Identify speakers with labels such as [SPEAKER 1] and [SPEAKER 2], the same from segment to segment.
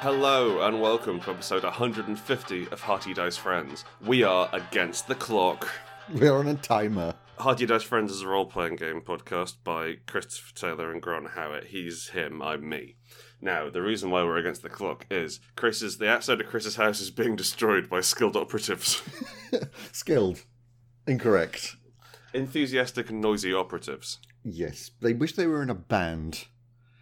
[SPEAKER 1] Hello and welcome to episode 150 of Hearty Dice Friends. We are against the clock.
[SPEAKER 2] We're on a timer.
[SPEAKER 1] Hearty Dice Friends is a role playing game podcast by Christopher Taylor and Grant Howitt. He's him, I'm me. Now, the reason why we're against the clock is Chris's the outside of Chris's house is being destroyed by skilled operatives.
[SPEAKER 2] Skilled. Incorrect.
[SPEAKER 1] Enthusiastic and noisy operatives.
[SPEAKER 2] Yes. They wish they were in a band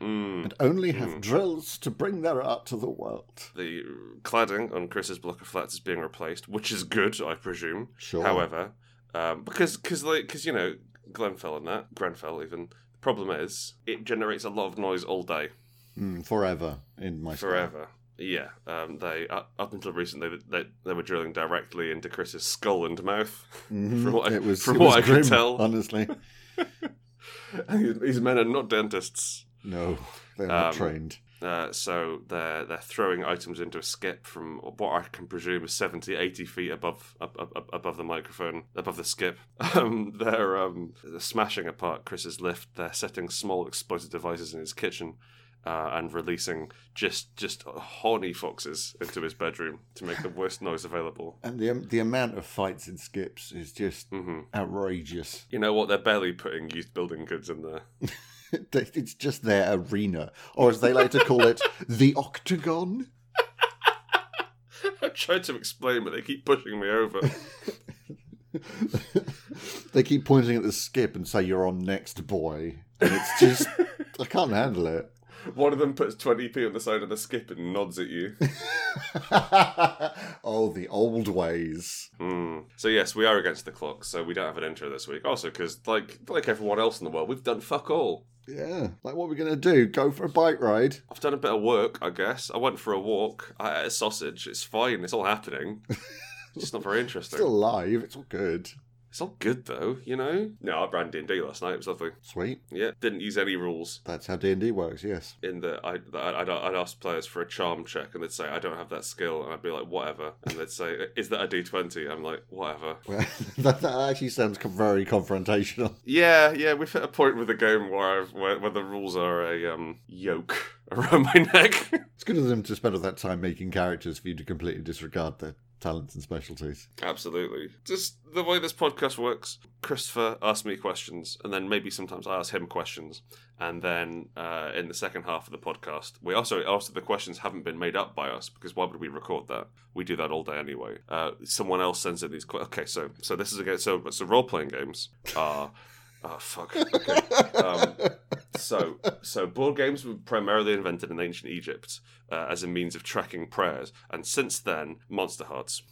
[SPEAKER 1] Mm.
[SPEAKER 2] and only have drills to bring their art to the world.
[SPEAKER 1] The cladding on Chris's block of flats is being replaced, which is good, I presume.
[SPEAKER 2] Sure.
[SPEAKER 1] However, um, because cause like because you know Glenfell and that Grenfell even the problem is it generates a lot of noise all day
[SPEAKER 2] Mm, forever in my style.
[SPEAKER 1] forever. Yeah, um, they uh, up until recently they, they they were drilling directly into Chris's skull and mouth.
[SPEAKER 2] Mhm.
[SPEAKER 1] From what I-
[SPEAKER 2] it was,
[SPEAKER 1] from
[SPEAKER 2] it
[SPEAKER 1] what
[SPEAKER 2] was
[SPEAKER 1] I could
[SPEAKER 2] grim,
[SPEAKER 1] tell.
[SPEAKER 2] Honestly.
[SPEAKER 1] These these men are not dentists,
[SPEAKER 2] No, they're not
[SPEAKER 1] Um,
[SPEAKER 2] trained.
[SPEAKER 1] uh, so they're they're throwing items into a skip from what I can presume is 70, 80 feet above up, up, up- above the microphone, above the skip. Um, they're um, smashing apart Chris's lift. They're setting small explosive devices in his kitchen. Uh, and releasing just just horny foxes into his bedroom to make the worst noise available.
[SPEAKER 2] And the, the amount of fights and skips is just
[SPEAKER 1] hmm
[SPEAKER 2] outrageous.
[SPEAKER 1] You know what? They're barely putting used building goods in there.
[SPEAKER 2] it's just their arena, or as they like to call it, the octagon.
[SPEAKER 1] I tried to explain, but they keep pushing me over.
[SPEAKER 2] they keep pointing at the skip and say you're on next boy and it's just i can't handle it
[SPEAKER 1] One of them puts 20p on the side of the skip and nods at you.
[SPEAKER 2] oh the old ways
[SPEAKER 1] Hmm. So yes, we are against the clock, so we don't have an intro this week. Also, because like like everyone else in the world, we've done fuck all.
[SPEAKER 2] yeah like what are we gonna do go for a bike ride
[SPEAKER 1] I've done a bit of work, I guess. I went for a walk. I ate a sausage. It's fine. It's all happening. It's just not very interesting.
[SPEAKER 2] still alive it's all good
[SPEAKER 1] It's all good though, you know. No, I ran D and D last night. It was lovely.
[SPEAKER 2] sweet
[SPEAKER 1] Yeah, didn't use any rules.
[SPEAKER 2] that's how d&d works yes
[SPEAKER 1] In that I I'd, I'd ask players for a charm check, and they'd say I don't have that skill, and I'd be like whatever, and they'd say is that a D twenty? I'm like whatever.
[SPEAKER 2] well, that, that actually sounds co- very confrontational
[SPEAKER 1] Yeah, yeah, we've hit a point with the game where I've, where, where the rules are a um, yoke around my neck.
[SPEAKER 2] it's good of them to spend all that time making characters for you to completely disregard their talents and specialties
[SPEAKER 1] Absolutely. Just the way this podcast works. Christopher asks me questions, and then maybe sometimes I ask him questions, and then uh, in the second half of the podcast, we also also the questions haven't been made up by us because why would we record that? We do that all day anyway. Uh, someone else sends in these. Que- okay, so so this is again. So so role playing games are. Oh fuck. Okay. Um, so so board games were primarily invented in ancient Egypt uh, as a means of tracking prayers, and since then, monster hearts.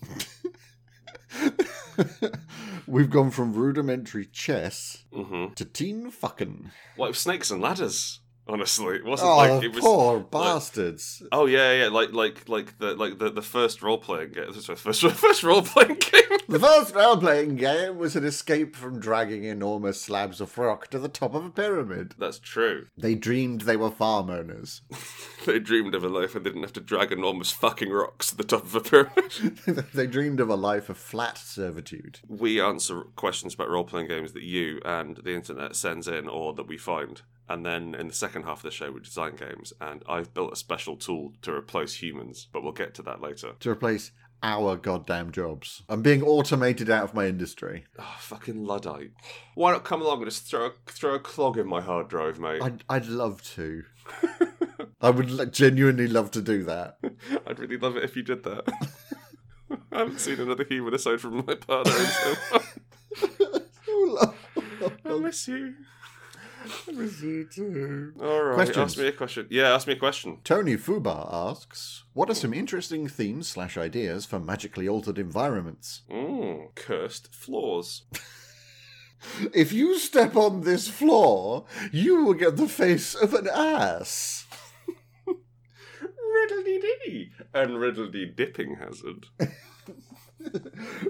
[SPEAKER 2] we've gone from rudimentary chess
[SPEAKER 1] hmm
[SPEAKER 2] to teen fucking
[SPEAKER 1] Well, it was snakes and ladders. Honestly, it wasn't
[SPEAKER 2] Oh,
[SPEAKER 1] like
[SPEAKER 2] the
[SPEAKER 1] it was.
[SPEAKER 2] poor bastards!
[SPEAKER 1] Oh yeah, yeah, like like like the like the, the first role playing game. Sorry, first first role playing game.
[SPEAKER 2] The first role-playing game was an escape from dragging enormous slabs of rock to the top of a pyramid.
[SPEAKER 1] That's true.
[SPEAKER 2] They dreamed they were farm owners.
[SPEAKER 1] They dreamed of a life and didn't have to drag enormous fucking rocks to the top of a pyramid.
[SPEAKER 2] they dreamed of a life of flat servitude.
[SPEAKER 1] we answer questions about role playing games that you and the internet sends in or that we find. And then in the second half of the show, we design games. And I've built a special tool to replace humans, but we'll get to that later.
[SPEAKER 2] To replace our goddamn jobs. I'm being automated out of my industry.
[SPEAKER 1] Oh, fucking Luddite. Why not come along and just throw a, throw a clog in my hard drive, mate?
[SPEAKER 2] I'd, I'd love to. I would l- genuinely love to do that.
[SPEAKER 1] I'd really love it if you did that. I haven't seen another human aside from my partner. in so long. I miss you. All right,
[SPEAKER 2] Questions?
[SPEAKER 1] ask me a question. Yeah, ask me a question.
[SPEAKER 2] Tony Fubar asks, "What are some interesting themes slash ideas for magically altered environments?
[SPEAKER 1] Mm, cursed floors.
[SPEAKER 2] If you step on this floor, you will get the face of an ass."
[SPEAKER 1] Riddledy diddy and riddledy dipping hazard.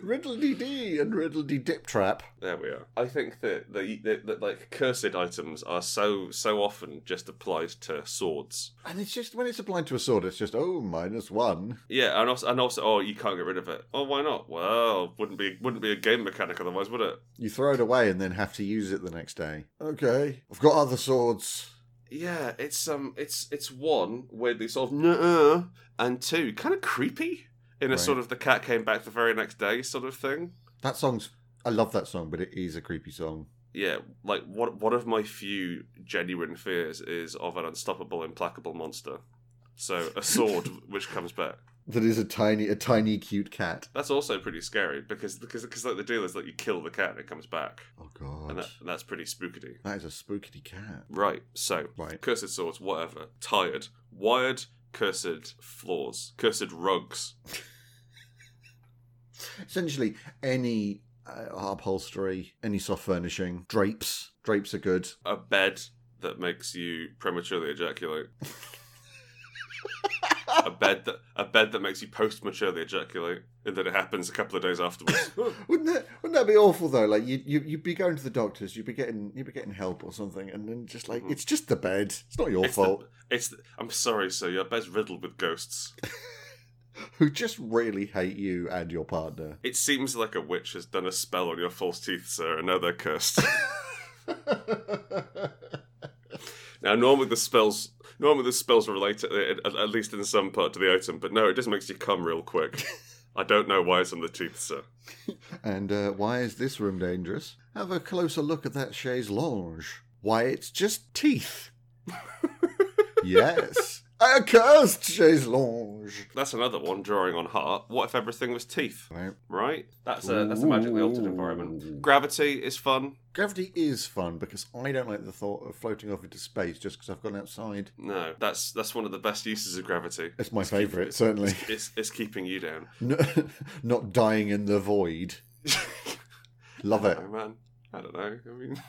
[SPEAKER 2] Riddle dee dee and riddle dee dip trap.
[SPEAKER 1] There we are. I think that the that, that like cursed items are so so often just applied to swords.
[SPEAKER 2] And it's just when it's applied to a sword, it's just oh minus one.
[SPEAKER 1] Yeah, and also and also oh you can't get rid of it. Oh why not? Well, wouldn't be wouldn't be a game mechanic otherwise, would it?
[SPEAKER 2] You throw it away and then have to use it the next day. Okay, I've got other swords.
[SPEAKER 1] Yeah, it's um it's it's one weirdly sort of nuh and two kind of creepy in a
[SPEAKER 2] Right.
[SPEAKER 1] sort of the cat came back the very next day sort of thing.
[SPEAKER 2] That song's. I love that song, but it is a creepy song.
[SPEAKER 1] yeah, like what one of my few genuine fears is of an unstoppable, implacable monster. So a sword which comes back.
[SPEAKER 2] That is a tiny, a tiny, cute cat.
[SPEAKER 1] That's also pretty scary because because because like the deal is that you kill the cat and it comes back,
[SPEAKER 2] Oh god,
[SPEAKER 1] and that, that's pretty spookity.
[SPEAKER 2] that is a spookity cat.
[SPEAKER 1] Right. So
[SPEAKER 2] Right.
[SPEAKER 1] cursed swords, whatever. Tired, wired, cursed floors, cursed rugs.
[SPEAKER 2] Essentially, any uh, upholstery, any soft furnishing, drapes. Drapes are good.
[SPEAKER 1] a bed that makes you prematurely ejaculate. a bed that a bed that makes you post maturely ejaculate, and that it happens a couple of days afterwards.
[SPEAKER 2] Wouldn't that wouldn't that be awful though? Like you you you'd be going to the doctors, you'd be getting you'd be getting help or something, and then just like
[SPEAKER 1] Mhm.
[SPEAKER 2] it's just the bed. It's not your
[SPEAKER 1] it's
[SPEAKER 2] fault.
[SPEAKER 1] The, it's the, I'm sorry, sir. Your bed's riddled with ghosts.
[SPEAKER 2] Who just really hate you and your partner.
[SPEAKER 1] It seems like a witch has done a spell on your false teeth, sir, and now they're cursed. now, normally the spells normally the spells relate at, at, at least in some part to the item, but no, it just makes you come real quick. I don't know why it's on the teeth, sir.
[SPEAKER 2] and uh, why is this room dangerous? Have a closer look at that chaise lounge. Why it's just teeth. yes, a cursed chaise lounge.
[SPEAKER 1] That's another one drawing on heart. What if everything was teeth?
[SPEAKER 2] Right.
[SPEAKER 1] Right? That's a that's a magically altered environment.
[SPEAKER 2] Ooh.
[SPEAKER 1] Gravity is fun.
[SPEAKER 2] Gravity is fun because I don't like the thought of floating off into space just because I've gone outside.
[SPEAKER 1] No, that's that's one of the best uses of gravity.
[SPEAKER 2] It's my favourite, certainly.
[SPEAKER 1] It's it's keeping you down.
[SPEAKER 2] No, not dying in the void. Love it.
[SPEAKER 1] Oh man, I don't know. I mean,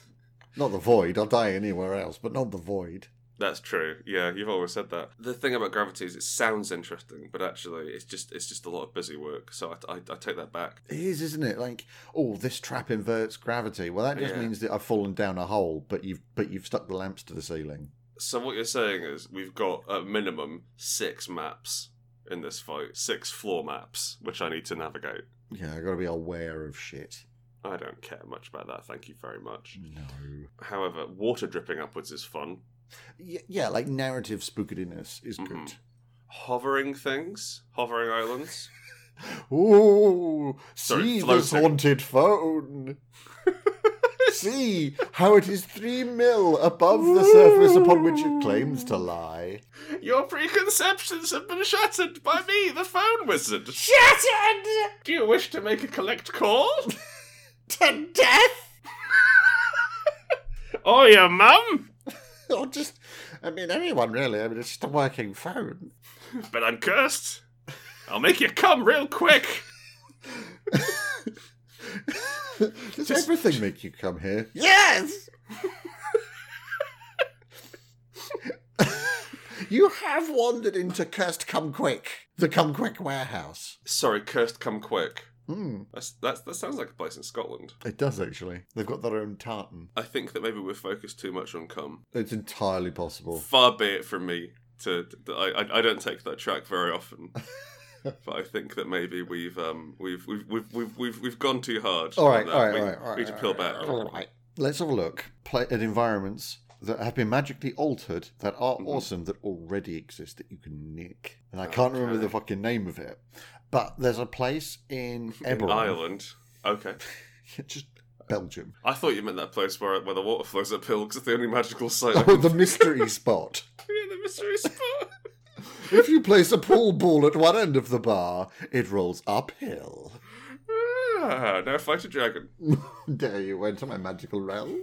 [SPEAKER 2] Not the void. I'll die anywhere else, but not the void.
[SPEAKER 1] that's true. Yeah, you've always said that. The thing about gravity is it sounds interesting, but actually it's just it's just a lot of busy work. So I, I, I take that back.
[SPEAKER 2] It is, isn't it? Like, oh, this trap inverts gravity. Well, that just
[SPEAKER 1] Yeah.
[SPEAKER 2] means that I've fallen down a hole, but you've but you've stuck the lamps to the ceiling.
[SPEAKER 1] So what you're saying is we've got a minimum six maps in this fight, six floor maps, which I need to navigate.
[SPEAKER 2] Yeah, I got to be aware of shit.
[SPEAKER 1] I don't care much about that. Thank you very much.
[SPEAKER 2] No.
[SPEAKER 1] However, water dripping upwards is fun.
[SPEAKER 2] Yeah, yeah like narrative spookadiness is good.
[SPEAKER 1] Mhm. Hovering things, hovering islands.
[SPEAKER 2] Ooh,
[SPEAKER 1] Sorry,
[SPEAKER 2] see this
[SPEAKER 1] floating.
[SPEAKER 2] haunted phone. see how it is three mil above the surface upon which it claims to lie.
[SPEAKER 1] Your preconceptions have been shattered by me, the phone wizard.
[SPEAKER 2] Shattered
[SPEAKER 1] Do you wish to make a collect call?
[SPEAKER 2] to death.
[SPEAKER 1] or your Oh, mum?
[SPEAKER 2] Or just, I mean, anyone really. I mean, it's just a working phone.
[SPEAKER 1] But I'm cursed. I'll make you come real quick.
[SPEAKER 2] Does everything make you come here? Yes. you have wandered into cursed come quick, the come quick warehouse.
[SPEAKER 1] Sorry, cursed, come quick.
[SPEAKER 2] Hmm.
[SPEAKER 1] That's, that's, that sounds like a place in Scotland.
[SPEAKER 2] It does actually. They've got their own tartan.
[SPEAKER 1] I think that maybe we're focused too much on come.
[SPEAKER 2] It's entirely possible.
[SPEAKER 1] Far be it from me to. to I, I- I don't take that track very often. But I think that maybe we've um we've we've we've we've we've, we've gone too hard.
[SPEAKER 2] All
[SPEAKER 1] on
[SPEAKER 2] right,
[SPEAKER 1] that.
[SPEAKER 2] all right,
[SPEAKER 1] we,
[SPEAKER 2] all right, all right.
[SPEAKER 1] We need to peel back.
[SPEAKER 2] all right. Let's have a look Play at environments that have been magically altered that are
[SPEAKER 1] Mhm.
[SPEAKER 2] awesome that already exist that you can nick. And I can't remember the
[SPEAKER 1] Okay.
[SPEAKER 2] fucking name of it, but there's a place in
[SPEAKER 1] In
[SPEAKER 2] Eberron,
[SPEAKER 1] Ireland. Okay.
[SPEAKER 2] just Belgium.
[SPEAKER 1] I thought you meant that place where where the water flows uphill because it's the only magical site. I
[SPEAKER 2] Oh,
[SPEAKER 1] can
[SPEAKER 2] the mystery spot.
[SPEAKER 1] see in the mystery spot.
[SPEAKER 2] If you place a pool ball at one end of the bar, it rolls uphill.
[SPEAKER 1] ah, now fight a dragon.
[SPEAKER 2] Dare you enter my magical realm?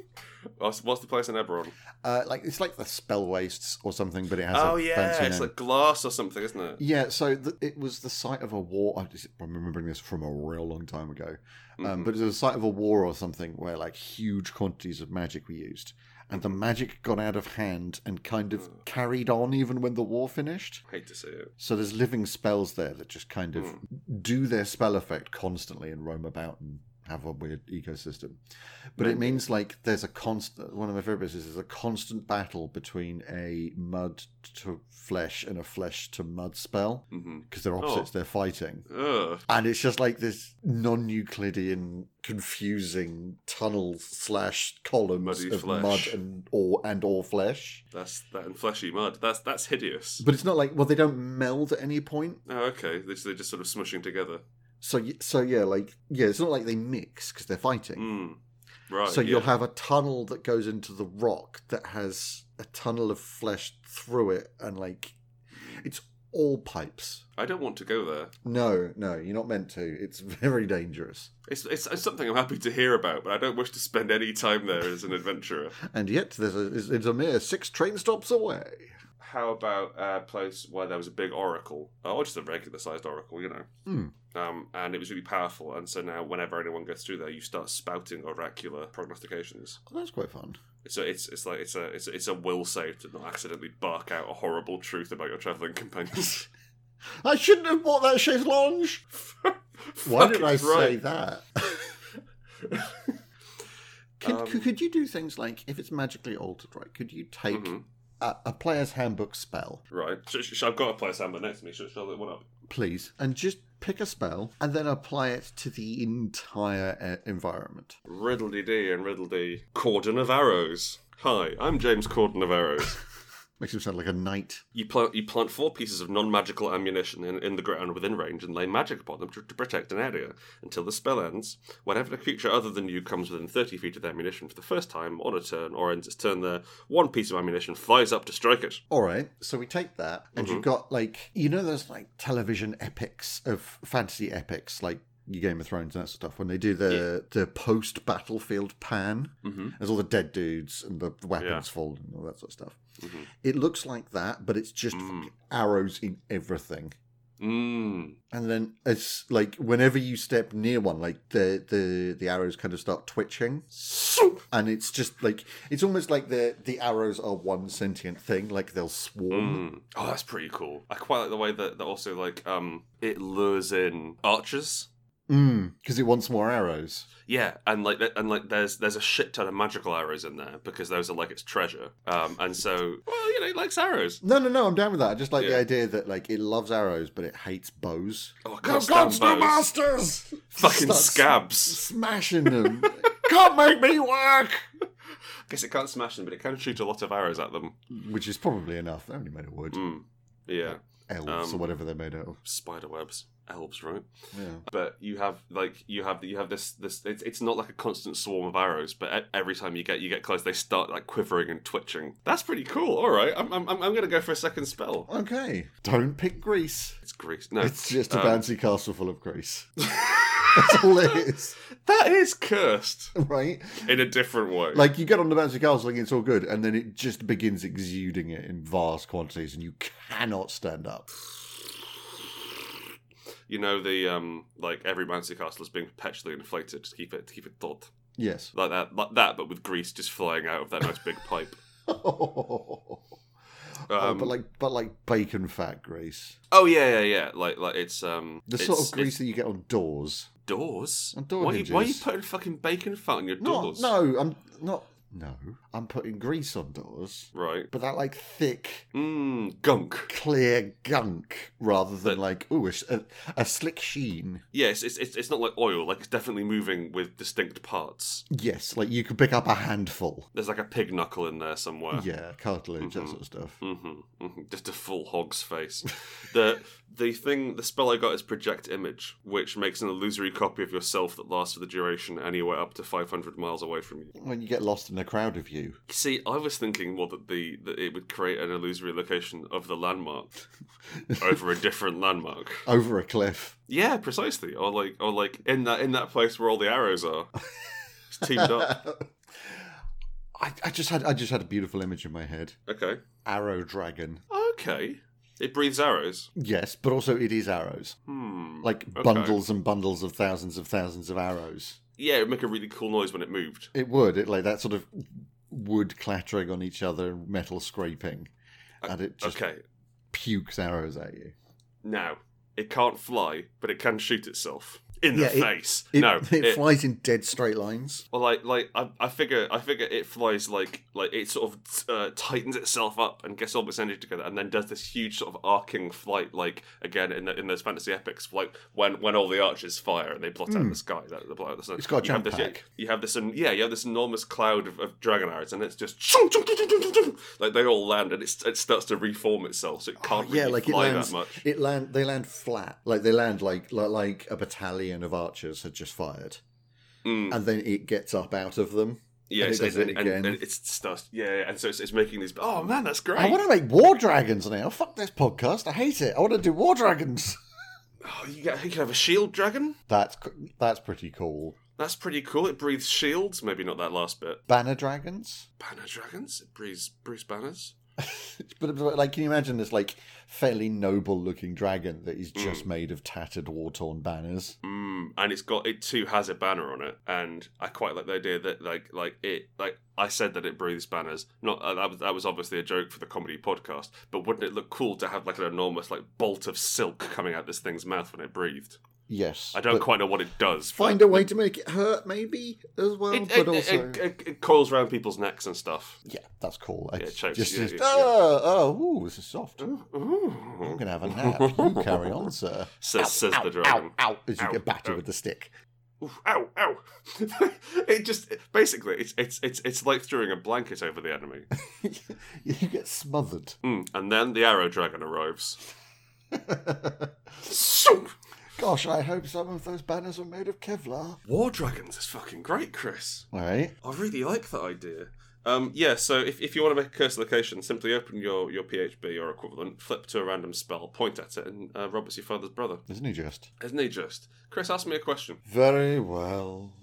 [SPEAKER 1] What's, what's the place in Eberron?
[SPEAKER 2] Uh, like it's like the spell wastes or something, but it has.
[SPEAKER 1] Oh
[SPEAKER 2] a
[SPEAKER 1] yeah,
[SPEAKER 2] fancy
[SPEAKER 1] it's
[SPEAKER 2] name. Um,
[SPEAKER 1] like glass or something, isn't it?
[SPEAKER 2] Yeah, so th it was the site of a war. I'm just- I'm remembering this from a real long time ago, um,
[SPEAKER 1] Mhm.
[SPEAKER 2] but it was the site of a war or something where like huge quantities of magic were used, and the magic got out of hand and kind of carried on even when the war finished.
[SPEAKER 1] I hate to say it.
[SPEAKER 2] So there's living spells there that just kind of do their spell effect constantly and roam about and have a weird ecosystem. But it means like there's a constant. One of my favorite bits is there's a constant battle between a mud to flesh and a flesh to mud spell
[SPEAKER 1] Mm-hmm.
[SPEAKER 2] because they're opposites. They're fighting.
[SPEAKER 1] Ugh.
[SPEAKER 2] And it's just like this non-Euclidean, confusing tunnels slash columns
[SPEAKER 1] Muddy
[SPEAKER 2] of
[SPEAKER 1] flesh.
[SPEAKER 2] mud and or and or flesh.
[SPEAKER 1] That's that and fleshy mud. That's that's hideous.
[SPEAKER 2] But it's not like well, they don't meld at any point.
[SPEAKER 1] Oh, okay. They're just, they're just sort of smushing together.
[SPEAKER 2] So y- so yeah, like yeah, it's not like they mix because they're fighting.
[SPEAKER 1] Mm. Right.
[SPEAKER 2] so you'll
[SPEAKER 1] yeah.
[SPEAKER 2] have a tunnel that goes into the rock that has a tunnel of flesh through it, and like it's all pipes.
[SPEAKER 1] I don't want to go there.
[SPEAKER 2] No, no, you're not meant to. It's very dangerous.
[SPEAKER 1] It's, it's it's something I'm happy to hear about, but I don't wish to spend any time there as an adventurer.
[SPEAKER 2] And yet, there's a, it's it's a mere six train stops away.
[SPEAKER 1] How about a place where there was a big oracle, Oh, or just a regular sized oracle, you know?
[SPEAKER 2] Hmm.
[SPEAKER 1] Um, and it was really powerful, and so now whenever anyone goes through there, you start spouting oracular prognostications.
[SPEAKER 2] Oh, that's quite fun.
[SPEAKER 1] So it's it's like it's a it's a, it's a will save to not accidentally bark out a horrible truth about your traveling companions.
[SPEAKER 2] I shouldn't have bought that chaise longue. Why did
[SPEAKER 1] Fucking
[SPEAKER 2] I say
[SPEAKER 1] right.
[SPEAKER 2] that? could,
[SPEAKER 1] Um,
[SPEAKER 2] could, could you do things like if it's magically altered, right? Could you take
[SPEAKER 1] Mhm.
[SPEAKER 2] a, a player's handbook spell,
[SPEAKER 1] Right. So, sh- sh- I've got a place amber next to me. Should, should I look one up?
[SPEAKER 2] please, and just pick a spell and then apply it to the entire uh, environment?
[SPEAKER 1] Riddledy D and Riddledy Cordon of Arrows. Hi, I'm James Cordon of Arrows.
[SPEAKER 2] Makes him sound like a knight.
[SPEAKER 1] You plant you plant four pieces of non-magical ammunition in, in the ground within range and lay magic upon them to, to protect an area until the spell ends. Whenever a creature other than you comes within thirty feet of the ammunition for the first time on a turn or ends its turn there, one piece of ammunition flies up to strike it.
[SPEAKER 2] All right, so we take that, and you've
[SPEAKER 1] Mm-hmm.
[SPEAKER 2] got like you know those like television epics of fantasy epics, like your Game of Thrones and that sort of stuff. When they do the the post battlefield pan,
[SPEAKER 1] Mm-hmm.
[SPEAKER 2] there's all the dead dudes and the weapons
[SPEAKER 1] Yeah.
[SPEAKER 2] falling and all that sort of stuff.
[SPEAKER 1] Mhm.
[SPEAKER 2] It looks like that, but it's just
[SPEAKER 1] Mm.
[SPEAKER 2] fucking arrows in everything.
[SPEAKER 1] Mm.
[SPEAKER 2] And then it's like whenever you step near one, like the the the arrows kind of start twitching, and it's just like it's almost like the the arrows are one sentient thing, like they'll swarm.
[SPEAKER 1] Mm. Oh, that's pretty cool. I quite like the way that, that also like um it lures in archers.
[SPEAKER 2] because Mm. it wants more arrows.
[SPEAKER 1] Yeah, and like th- and like there's there's a shit ton of magical arrows in there because those are like its treasure. Um, and so well, you know, it likes arrows.
[SPEAKER 2] No, no, no, I'm down with that. I just like the
[SPEAKER 1] Yeah.
[SPEAKER 2] idea that like it loves arrows, but it hates bows.
[SPEAKER 1] Oh, I
[SPEAKER 2] Go
[SPEAKER 1] can't stand bows.
[SPEAKER 2] masters!
[SPEAKER 1] Fucking
[SPEAKER 2] Starts
[SPEAKER 1] scabs.
[SPEAKER 2] smashing them. Can't make me work.
[SPEAKER 1] Guess it can't smash them, but it can shoot a lot of arrows at them.
[SPEAKER 2] Which is probably enough. They're only made of wood,
[SPEAKER 1] Mm. Yeah,
[SPEAKER 2] elves or
[SPEAKER 1] Um,
[SPEAKER 2] whatever they're made out of.
[SPEAKER 1] spider webs, elves, right?
[SPEAKER 2] Yeah.
[SPEAKER 1] But you have like you have you have this this. It's, it's not like a constant swarm of arrows, but e- every time you get you get close, they start like quivering and twitching. That's pretty cool. All right, I'm I'm, I'm I'm gonna go for a second spell.
[SPEAKER 2] Okay. Don't pick Greece.
[SPEAKER 1] It's grease. No,
[SPEAKER 2] It's just a
[SPEAKER 1] um,
[SPEAKER 2] bouncy castle full of Greece. That's all it is,
[SPEAKER 1] that is cursed
[SPEAKER 2] right?
[SPEAKER 1] in a different way.
[SPEAKER 2] Like you get on the bouncy castle and it's all good, and then it just begins exuding it in vast quantities, and you cannot stand up.
[SPEAKER 1] you know the um like every bouncy castle is being perpetually inflated to keep it to keep it taut
[SPEAKER 2] Yes.
[SPEAKER 1] like that like that, but with grease just flying out of that nice big pipe.
[SPEAKER 2] Oh,
[SPEAKER 1] Um,
[SPEAKER 2] but like, but like bacon fat grease,
[SPEAKER 1] Oh yeah, yeah, yeah. Like, like it's um
[SPEAKER 2] the
[SPEAKER 1] it's-
[SPEAKER 2] sort of
[SPEAKER 1] it's
[SPEAKER 2] grease that you get on doors.
[SPEAKER 1] doors.
[SPEAKER 2] On door
[SPEAKER 1] why, Are you, why are you
[SPEAKER 2] hinges.
[SPEAKER 1] putting fucking bacon fat on your
[SPEAKER 2] No,
[SPEAKER 1] doors?
[SPEAKER 2] no, I'm not. No, I'm putting grease on doors,
[SPEAKER 1] Right.
[SPEAKER 2] but that like thick,
[SPEAKER 1] Mmm. Gunk.
[SPEAKER 2] clear gunk, rather
[SPEAKER 1] But-
[SPEAKER 2] than like ooh, a, s- a- a slick sheen.
[SPEAKER 1] Yes, it's, it's it's not like oil. Like it's definitely moving with distinct parts.
[SPEAKER 2] Yes, like you could pick up a handful.
[SPEAKER 1] There's like a pig knuckle in there somewhere.
[SPEAKER 2] Yeah,
[SPEAKER 1] Mhm.
[SPEAKER 2] cartilage, that sort of stuff.
[SPEAKER 1] hmm Just a full hog's face. the the thing the spell I got is project image, which makes an illusory copy of yourself that lasts for the duration anywhere up to 500 miles away from you.
[SPEAKER 2] When you get lost in a crowd of you,
[SPEAKER 1] See, I was thinking more that the that it would create an illusory location of the landmark over a different landmark.
[SPEAKER 2] over a cliff.
[SPEAKER 1] Yeah, precisely. Or like, or like in that in that place where all the arrows are. It's teamed up.
[SPEAKER 2] I, I just had I just had a beautiful image in my head.
[SPEAKER 1] Okay.
[SPEAKER 2] Arrow dragon.
[SPEAKER 1] Okay. It breathes arrows.
[SPEAKER 2] Yes, but also it is arrows.
[SPEAKER 1] Hmm.
[SPEAKER 2] Like
[SPEAKER 1] Okay.
[SPEAKER 2] bundles and bundles of thousands of thousands of arrows.
[SPEAKER 1] Yeah, it'd make a really cool noise when it moved.
[SPEAKER 2] It would. It like that sort of wood clattering on each other and metal scraping, and it just
[SPEAKER 1] Uh, Okay,
[SPEAKER 2] pukes arrows at you.
[SPEAKER 1] now it can't fly, but it can shoot itself in
[SPEAKER 2] Yeah,
[SPEAKER 1] the
[SPEAKER 2] it-
[SPEAKER 1] face.
[SPEAKER 2] It,
[SPEAKER 1] no,
[SPEAKER 2] it, flies in dead straight lines.
[SPEAKER 1] Well, like, like I, I figure, I figure it flies like, like it sort of uh, tightens itself up and gets all of its energy together, and then does this huge sort of arcing flight, like again in the, in those fantasy epics, like when when all the archers fire and they blot out the sky, that, they blot out the sun.
[SPEAKER 2] Hmm. It's got a
[SPEAKER 1] you have this,
[SPEAKER 2] jump pack.
[SPEAKER 1] You have this, en- yeah, you have this enormous cloud of, of dragon arrows, and it's just chung, chung, chung, chung, chung, chung, chung. like they all land, and it's, it starts to reform itself, so it can't Oh, really
[SPEAKER 2] yeah, like it
[SPEAKER 1] fly
[SPEAKER 2] lands.
[SPEAKER 1] that much.
[SPEAKER 2] It land. They land flat. Like they land like like, like a battalion of archers had just fired,
[SPEAKER 1] Mm.
[SPEAKER 2] and then it gets up out of them. and
[SPEAKER 1] Yes,
[SPEAKER 2] it does
[SPEAKER 1] and,
[SPEAKER 2] it
[SPEAKER 1] and,
[SPEAKER 2] again.
[SPEAKER 1] and it starts, yeah, yeah, and so it's, it's making these. Oh man, that's great!
[SPEAKER 2] I want to make war dragons now. Fuck this podcast. I hate it. I want to do war dragons.
[SPEAKER 1] Oh, you, got, you can have a shield dragon.
[SPEAKER 2] That's c- that's pretty cool.
[SPEAKER 1] That's pretty cool. It breathes shields. Maybe not that last bit.
[SPEAKER 2] Banner dragons.
[SPEAKER 1] Banner dragons. It breathes breathes banners.
[SPEAKER 2] But, but like, can you imagine this like fairly noble looking dragon that is just made of tattered, war torn banners?
[SPEAKER 1] Mm, and it's got it too has a banner on it, and I quite like the idea that like like it like I said that it breathes banners. Not uh, that was that was obviously a joke for the comedy podcast, but wouldn't it look cool to have like an enormous like bolt of silk coming out this thing's mouth when it breathed?
[SPEAKER 2] Yes.
[SPEAKER 1] I don't
[SPEAKER 2] but
[SPEAKER 1] quite know what it does. but
[SPEAKER 2] find a way to make it hurt, maybe as well.
[SPEAKER 1] It,
[SPEAKER 2] but
[SPEAKER 1] it,
[SPEAKER 2] also,
[SPEAKER 1] it, it, it coils around people's necks and stuff.
[SPEAKER 2] yeah, that's cool. I
[SPEAKER 1] Yeah, it chokes
[SPEAKER 2] just,
[SPEAKER 1] you,
[SPEAKER 2] just
[SPEAKER 1] yeah, yeah.
[SPEAKER 2] oh, oh, ooh, this is soft. I'm
[SPEAKER 1] Ooh.
[SPEAKER 2] gonna have a nap. you carry on, sir.
[SPEAKER 1] Says, says
[SPEAKER 2] ow,
[SPEAKER 1] the dragon.
[SPEAKER 2] Ow, ow, as you
[SPEAKER 1] Ow,
[SPEAKER 2] get battered
[SPEAKER 1] ow.
[SPEAKER 2] with the stick.
[SPEAKER 1] Oof, ow, ow. it just basically it's it's it's it's like throwing a blanket over the enemy.
[SPEAKER 2] you get smothered.
[SPEAKER 1] Mm, And then the arrow dragon arrives. Shoop!
[SPEAKER 2] Gosh, I hope some of those banners were made of Kevlar.
[SPEAKER 1] War dragons is fucking great, Chris.
[SPEAKER 2] All right.
[SPEAKER 1] I really like that idea. Um, yeah, so if, if you want to make a curse location, simply open your, your PHB or equivalent, flip to a random spell, point at it, and uh, Robert's your father's brother.
[SPEAKER 2] Isn't he just?
[SPEAKER 1] Isn't he just? Chris, ask me a question.
[SPEAKER 2] Very well.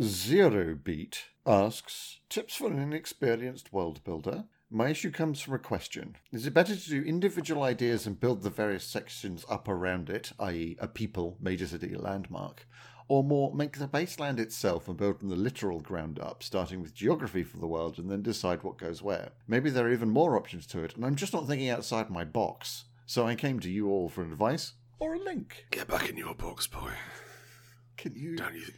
[SPEAKER 2] Zero Beat asks Tips for an inexperienced world builder. My issue comes from a question. Is it better to do individual ideas and build the various sections up around it, i.e., a people, major city, landmark, or more make the baseland itself and build from the literal ground up, starting with geography for the world and then decide what goes where? Maybe there are even more options to it, and I'm just not thinking outside my box. So I came to you all for advice or a link.
[SPEAKER 1] Get back in your box, boy.
[SPEAKER 2] Can you
[SPEAKER 1] you?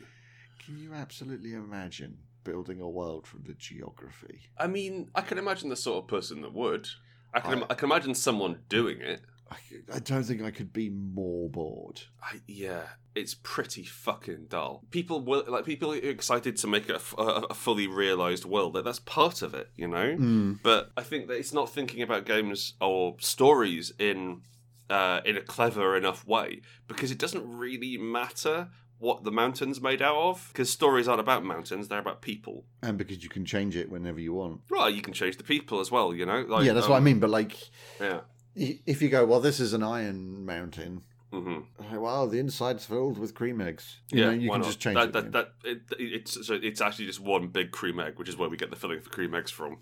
[SPEAKER 2] can you absolutely imagine building a world from the geography?
[SPEAKER 1] I mean, I can imagine the sort of person that would. I can,
[SPEAKER 2] I-
[SPEAKER 1] I can imagine someone doing it.
[SPEAKER 2] I, I don't think I could be more bored.
[SPEAKER 1] I, yeah, it's pretty fucking dull. People will like people are excited to make a, f- a- a fully realized world. That that's part of it, you
[SPEAKER 2] Mm.
[SPEAKER 1] know. But I think that it's not thinking about games or stories in uh, in a clever enough way because it doesn't really matter what the mountains made out of because stories aren't about mountains; they're about people.
[SPEAKER 2] And because you can change it whenever you want.
[SPEAKER 1] Well, you can change the people as well, you know. Like, um,
[SPEAKER 2] yeah, that's what I mean. But like,
[SPEAKER 1] Yeah.
[SPEAKER 2] i- if you go, well, this is an iron mountain.
[SPEAKER 1] Mm-hmm.
[SPEAKER 2] Oh, Wow, the inside's filled with cream eggs. You know, you
[SPEAKER 1] why
[SPEAKER 2] can
[SPEAKER 1] not?
[SPEAKER 2] just change
[SPEAKER 1] that,
[SPEAKER 2] it.
[SPEAKER 1] That, that, it, it's so it's actually just one big cream egg, which is where we get the filling for cream eggs from.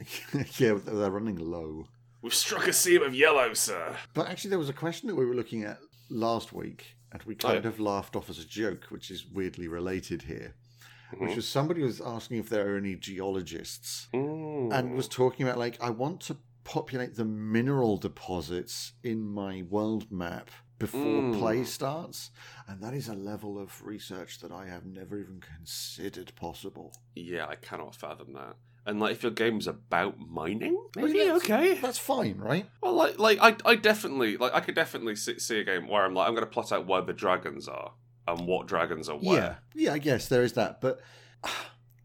[SPEAKER 2] yeah, but they're running low.
[SPEAKER 1] We've struck a seam of yellow, sir.
[SPEAKER 2] But actually, there was a question that we were looking at last week, and we
[SPEAKER 1] Oh, yeah.
[SPEAKER 2] kind of laughed off as a joke, which is weirdly related here.
[SPEAKER 1] Mhm.
[SPEAKER 2] Which was somebody was asking if there are any geologists and was talking about like I want to populate the mineral deposits in my world map before
[SPEAKER 1] Mm.
[SPEAKER 2] play starts, and that is a level of research that I have never even considered possible.
[SPEAKER 1] yeah, I cannot fathom that. And like, if your game's about mining,
[SPEAKER 2] But
[SPEAKER 1] maybe
[SPEAKER 2] that's-
[SPEAKER 1] okay.
[SPEAKER 2] That's fine, right?
[SPEAKER 1] Well, like, like I, I definitely, like, I could definitely see, see a game where I'm like, I'm going to plot out where the dragons are and what dragons are where.
[SPEAKER 2] Yeah, yeah, I guess there is that, but.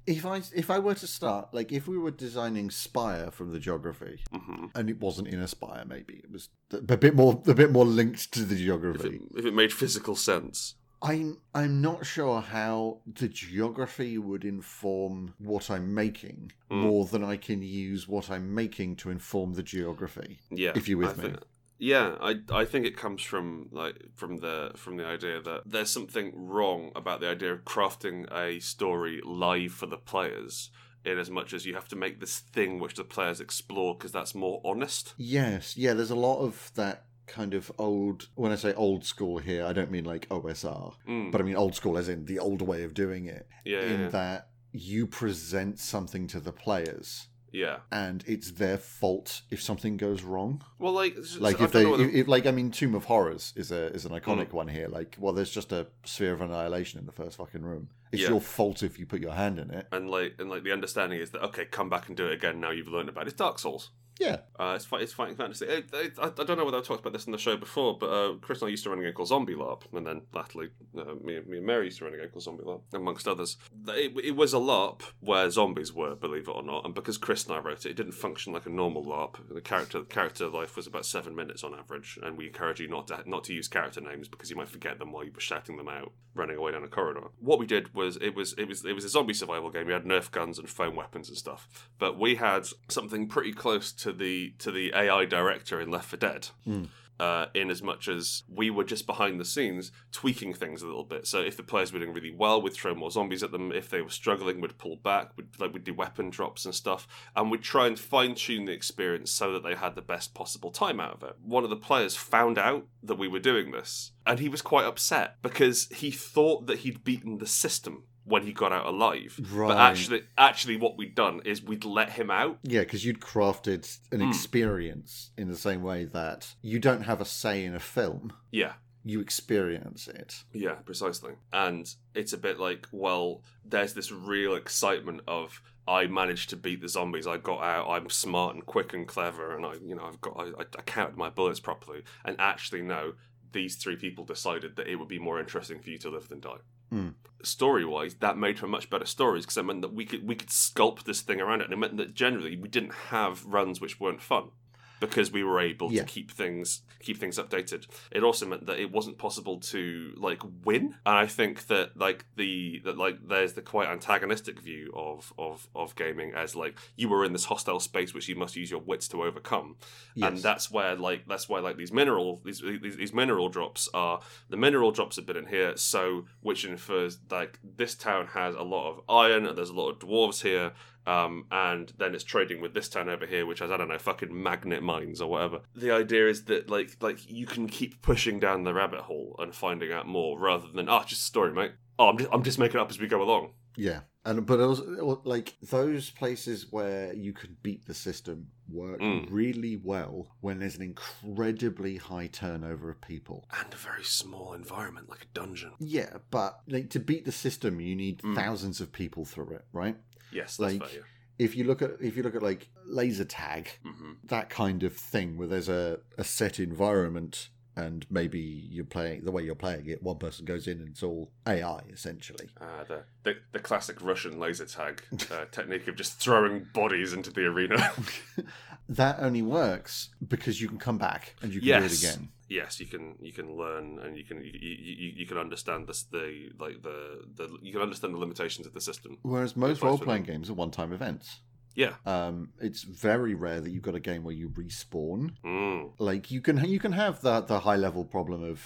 [SPEAKER 2] If I if I were to start like if we were designing Spire from the geography
[SPEAKER 1] hmm
[SPEAKER 2] and it wasn't in a Spire maybe it was a bit more a bit more linked to the
[SPEAKER 1] If
[SPEAKER 2] geography
[SPEAKER 1] it, if it made physical sense.
[SPEAKER 2] I'm I'm not sure how the geography would inform what I'm making
[SPEAKER 1] Mm.
[SPEAKER 2] more than I can use what I'm making to inform the geography.
[SPEAKER 1] Yeah.
[SPEAKER 2] If you're with
[SPEAKER 1] I
[SPEAKER 2] me.
[SPEAKER 1] think- yeah, I I think it comes from like from the from the idea that there's something wrong about the idea of crafting a story live for the players in as much as you have to make this thing which the players explore because that's more honest.
[SPEAKER 2] Yes, yeah, there's a lot of that kind of old when I say old school here, I don't mean like OSR,
[SPEAKER 1] Mm,
[SPEAKER 2] but I mean old school as in the old way of doing it.
[SPEAKER 1] yeah, yeah,
[SPEAKER 2] in
[SPEAKER 1] yeah.
[SPEAKER 2] that you present something to the players
[SPEAKER 1] Yeah.
[SPEAKER 2] and it's their fault if something goes wrong.
[SPEAKER 1] Well, like, s-
[SPEAKER 2] Like
[SPEAKER 1] so I
[SPEAKER 2] if they,
[SPEAKER 1] don't know whether- Mm-hmm.
[SPEAKER 2] if, if- like I mean, Tomb of Horrors is a is an iconic one here. Like, well, there's just a sphere of annihilation in the first fucking room. It's
[SPEAKER 1] Yeah.
[SPEAKER 2] your fault if you put your hand in it.
[SPEAKER 1] and like and like the understanding is that okay, come back and do it again. Now you've learned about it. It's Dark Souls.
[SPEAKER 2] Yeah,
[SPEAKER 1] Uh, it's fight, it's fighting fantasy. I, I, I don't know whether I talked about this on the show before, but uh, Chris and I used to run a game called Zombie Lab, and then latterly uh, me, me and Mary used to run a game called Zombie Lab, amongst others. It, it was a LARP where zombies were, believe it or not, and because Chris and I wrote it, it didn't function like a normal LARP. The character character life was about seven minutes on average, and we encourage you not to not to use character names because you might forget them while you were shouting them out, running away down a corridor. What we did was it was it was it was a zombie survival game. We had Nerf guns and foam weapons and stuff, but we had something pretty close to the to the AI director in Left for Dead.
[SPEAKER 2] Hmm.
[SPEAKER 1] Uh, in as much as we were just behind the scenes tweaking things a little bit. So if the players were doing really well, we'd throw more zombies at them. If they were struggling, we'd pull back. We'd like we'd do weapon drops and stuff, and we'd try and fine tune the experience so that they had the best possible time out of it. One of the players found out that we were doing this, and he was quite upset because he thought that he'd beaten the system when he got out alive.
[SPEAKER 2] Right.
[SPEAKER 1] But actually, actually, what we'd done is we'd let him out
[SPEAKER 2] yeah, because you'd crafted an
[SPEAKER 1] Hmm.
[SPEAKER 2] experience in the same way that you don't have a say in a film.
[SPEAKER 1] Yeah.
[SPEAKER 2] You experience it.
[SPEAKER 1] Yeah, precisely. And it's a bit like, well, there's this real excitement of I managed to beat the zombies. I got out. I'm smart and quick and clever, and I, you know, I've got I, I- I counted my bullets properly. And actually, no, these three people decided that it would be more interesting for you to live than die.
[SPEAKER 2] Hmm.
[SPEAKER 1] Story wise, that made for much better stories because it meant that we could we could sculpt this thing around it, and it meant that generally we didn't have runs which weren't fun because we were able
[SPEAKER 2] Yeah.
[SPEAKER 1] to keep things keep things updated. It also meant that it wasn't possible to like win, and I think that like the that like there's the quite antagonistic view of of of gaming as like you were in this hostile space which you must use your wits to overcome,
[SPEAKER 2] Yes.
[SPEAKER 1] and that's where like that's why like these mineral these, these these mineral drops are the mineral drops have been in here, so which infers like this town has a lot of iron and there's a lot of dwarves here, um, and then it's trading with this town over here, which has I don't know fucking magnet mines or whatever. The idea is that like like you can keep pushing down the rabbit hole and finding out more rather than ah just a story mate. Oh, I'm just I'm just making it up as we go along.
[SPEAKER 2] Yeah, and but also like those places where you can beat the system work
[SPEAKER 1] Mm.
[SPEAKER 2] really well when there's an incredibly high turnover of people.
[SPEAKER 1] And a very small environment like a dungeon.
[SPEAKER 2] Yeah, but like to beat the system, you need
[SPEAKER 1] Mm.
[SPEAKER 2] thousands of people through it, right?
[SPEAKER 1] Yes, that's
[SPEAKER 2] Like-
[SPEAKER 1] fair.
[SPEAKER 2] If you look at if you look at like laser tag,
[SPEAKER 1] Yeah. hmm
[SPEAKER 2] that kind of thing where there's a, a set environment and maybe you're playing the way you're playing it, one person goes in and it's all AI essentially.
[SPEAKER 1] Uh, the, the the classic Russian laser tag uh, technique of just throwing bodies into the arena.
[SPEAKER 2] that only works because you can come back and you can
[SPEAKER 1] Yes.
[SPEAKER 2] do it again.
[SPEAKER 1] yes, you can you can learn and you can you, you, you- you can understand this the like the the you can understand the limitations of the system.
[SPEAKER 2] Whereas
[SPEAKER 1] Good
[SPEAKER 2] most
[SPEAKER 1] place
[SPEAKER 2] role
[SPEAKER 1] for
[SPEAKER 2] playing games are one time events.
[SPEAKER 1] Yeah.
[SPEAKER 2] Um, it's very rare that you've got a game where you respawn.
[SPEAKER 1] Mm.
[SPEAKER 2] Like you can you can have the the high level problem of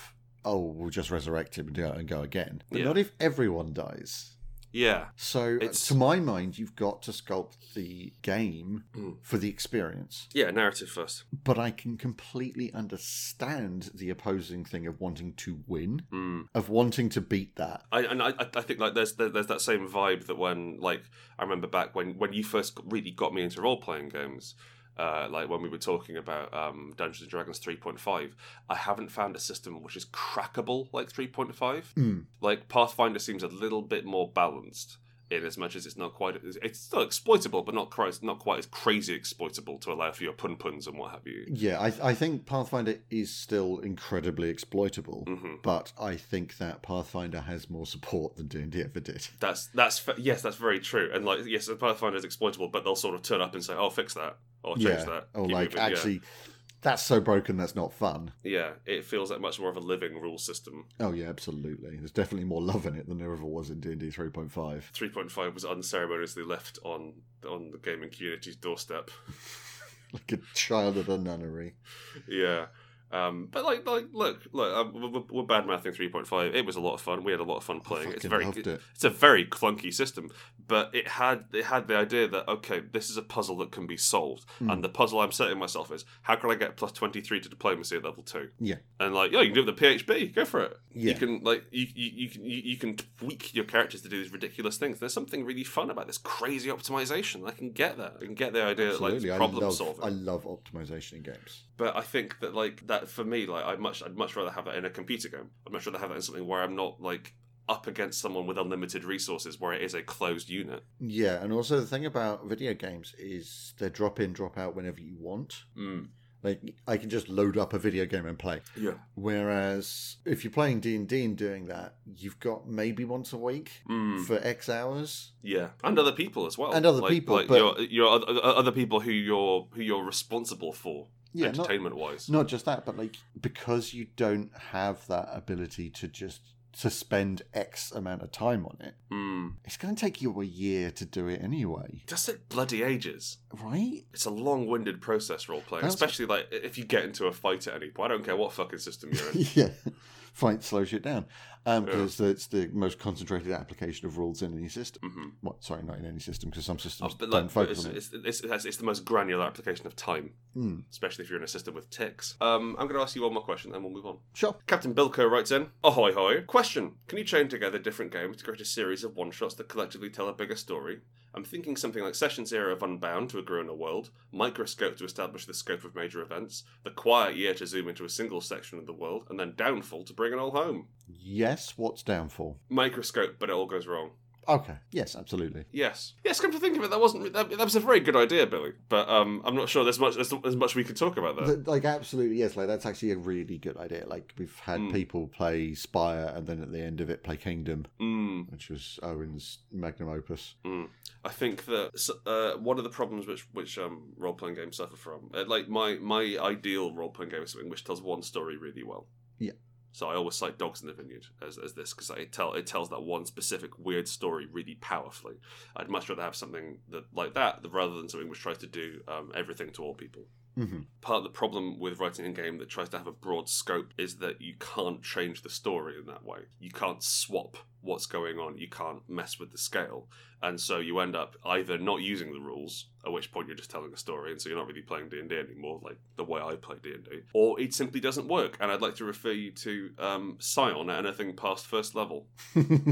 [SPEAKER 2] oh we'll just resurrect him and go, and go again, but
[SPEAKER 1] Yeah.
[SPEAKER 2] not if everyone dies.
[SPEAKER 1] Yeah.
[SPEAKER 2] So uh,
[SPEAKER 1] It's-
[SPEAKER 2] to my mind, you've got to sculpt the game
[SPEAKER 1] Mm.
[SPEAKER 2] for the experience.
[SPEAKER 1] Yeah. Narrative first.
[SPEAKER 2] But I can completely understand the opposing thing of wanting to win,
[SPEAKER 1] Mm.
[SPEAKER 2] of wanting to beat that.
[SPEAKER 1] I and I, I- I think like there's there- there's that same vibe that when like I remember back when when you first really got me into role playing games, uh, like when we were talking about um, Dungeons and Dragons 3.5, I haven't found a system which is crackable like 3.5.
[SPEAKER 2] Mm.
[SPEAKER 1] Like Pathfinder seems a little bit more balanced. In as much as it's not quite, it's still exploitable, but not quite, not quite as crazy exploitable to allow for your pun puns and what have you.
[SPEAKER 2] Yeah, I, I think Pathfinder is still incredibly exploitable.
[SPEAKER 1] hmm
[SPEAKER 2] but I think that Pathfinder has more support than D&D ever did.
[SPEAKER 1] That's that's fa- yes, that's very true. And like yes, the Pathfinder is exploitable, but they'll sort of turn up and say, "Oh, fix that," or change that.
[SPEAKER 2] Or
[SPEAKER 1] keep
[SPEAKER 2] like,
[SPEAKER 1] moving. Yeah.
[SPEAKER 2] actually, that's so broken, that's not fun.
[SPEAKER 1] yeah. it feels like much more of a living rule system.
[SPEAKER 2] Oh yeah, absolutely. There's definitely more love in it than there ever was in D&D 3.5.
[SPEAKER 1] Three point five was unceremoniously left on on the gaming community's doorstep.
[SPEAKER 2] like a child at a nunnery.
[SPEAKER 1] Yeah. Um, but like, like, look, look, um, we're, we're bad mouthing 3.5. It was a lot of fun. We had a lot of fun playing. it. it's
[SPEAKER 2] fucking
[SPEAKER 1] very,
[SPEAKER 2] loved it.
[SPEAKER 1] it's a very clunky system, but it had it had the idea that okay, this is a puzzle that can be solved,
[SPEAKER 2] Hmm.
[SPEAKER 1] and the puzzle I'm setting myself is how can I get plus 23 to diplomacy at level two?
[SPEAKER 2] Yeah.
[SPEAKER 1] and like, yeah, you can do it with the PHB. Go for it.
[SPEAKER 2] Yeah.
[SPEAKER 1] You can like you you, you can you, you can tweak your characters to do these ridiculous things. There's something really fun about this crazy optimization. I can get that. I can get the idea
[SPEAKER 2] Absolutely,
[SPEAKER 1] like
[SPEAKER 2] I
[SPEAKER 1] problem
[SPEAKER 2] love
[SPEAKER 1] solving
[SPEAKER 2] I love optimization in games.
[SPEAKER 1] but I think that like that for me, like I much I'd much rather have that in a computer game. I'd much rather have that in something where I'm not like up against someone with unlimited resources, where it is a closed unit.
[SPEAKER 2] Yeah, and also the thing about video games is they drop in, drop out whenever you want.
[SPEAKER 1] Mm.
[SPEAKER 2] Like I can just load up a video game and play.
[SPEAKER 1] Yeah.
[SPEAKER 2] Whereas if you're playing D and D and doing that, you've got maybe once a week
[SPEAKER 1] Mm,
[SPEAKER 2] for X hours.
[SPEAKER 1] yeah, and other people as well,
[SPEAKER 2] And other
[SPEAKER 1] Like-
[SPEAKER 2] people,
[SPEAKER 1] like
[SPEAKER 2] but-
[SPEAKER 1] your, your oth- other people who you're who you're responsible for
[SPEAKER 2] Yeah, not,
[SPEAKER 1] entertainment wise.
[SPEAKER 2] not just that, but like because you don't have that ability to just to spend X amount of time on it,
[SPEAKER 1] Mm.
[SPEAKER 2] it's going to take you a year to do it anyway,
[SPEAKER 1] Just like bloody ages.
[SPEAKER 2] right?
[SPEAKER 1] It's a long-winded process role playing,
[SPEAKER 2] That's-
[SPEAKER 1] especially like if you get into a fight at any point. I don't care what fucking system you're in.
[SPEAKER 2] yeah, fight slows shit down um,
[SPEAKER 1] Yeah.
[SPEAKER 2] because it's the most concentrated application of rules in any system.
[SPEAKER 1] hmm
[SPEAKER 2] Well, sorry, not in any system because some
[SPEAKER 1] Oh,
[SPEAKER 2] systems
[SPEAKER 1] but
[SPEAKER 2] don't
[SPEAKER 1] like, it's,
[SPEAKER 2] focus on it.
[SPEAKER 1] it's, it's, it's, it's the most granular application of time.
[SPEAKER 2] Mm.
[SPEAKER 1] especially if you're in a system with ticks. Um, I'm going to ask you one more question, then we'll move on.
[SPEAKER 2] Sure.
[SPEAKER 1] Captain Bilko writes in, Ahoy hoy. Question Can you chain together different games to create a series of one shots that collectively tell a bigger story? I'm thinking something like Session Zero of Unbound to a grown world, Microscope to establish the scope of major events, The Quiet Year to zoom into a single section of the world, and then Downfall to bring it all home.
[SPEAKER 2] Yes, what's downfall?
[SPEAKER 1] Microscope, but it all goes wrong.
[SPEAKER 2] Okay. Yes, absolutely.
[SPEAKER 1] Yes. Yes, come to think of it, that wasn't that, that was a very good idea, Billy. But um, I'm not sure there's much there's, there's much we could talk about there.
[SPEAKER 2] Th- like absolutely yes like that's actually a really good idea like we've had
[SPEAKER 1] Mm.
[SPEAKER 2] people play spire and then at the end of it play kingdom
[SPEAKER 1] Mm.
[SPEAKER 2] which was owen's magnum opus
[SPEAKER 1] I think that s- uh, one of the problems which which um, role playing games suffer from, uh, like my my ideal role playing game is something which tells one story really well.
[SPEAKER 2] Yeah.
[SPEAKER 1] So I always cite Dogs in the Vineyard as, as this because it tell it tells that one specific weird story really powerfully. I'd much rather have something that like that rather than something which tries to do um, everything to all people
[SPEAKER 2] mm-hmm.
[SPEAKER 1] part of the problem with writing a game that tries to have a broad scope is that you can't change the story in that way. You can't swap what's going on. You can't mess with the scale. And so you end up either not using the rules, at which point you're just telling a story and so you're not really playing D&D anymore like the way I play D&D, or it simply doesn't work. And I'd like to refer you to um, Scion at anything past first level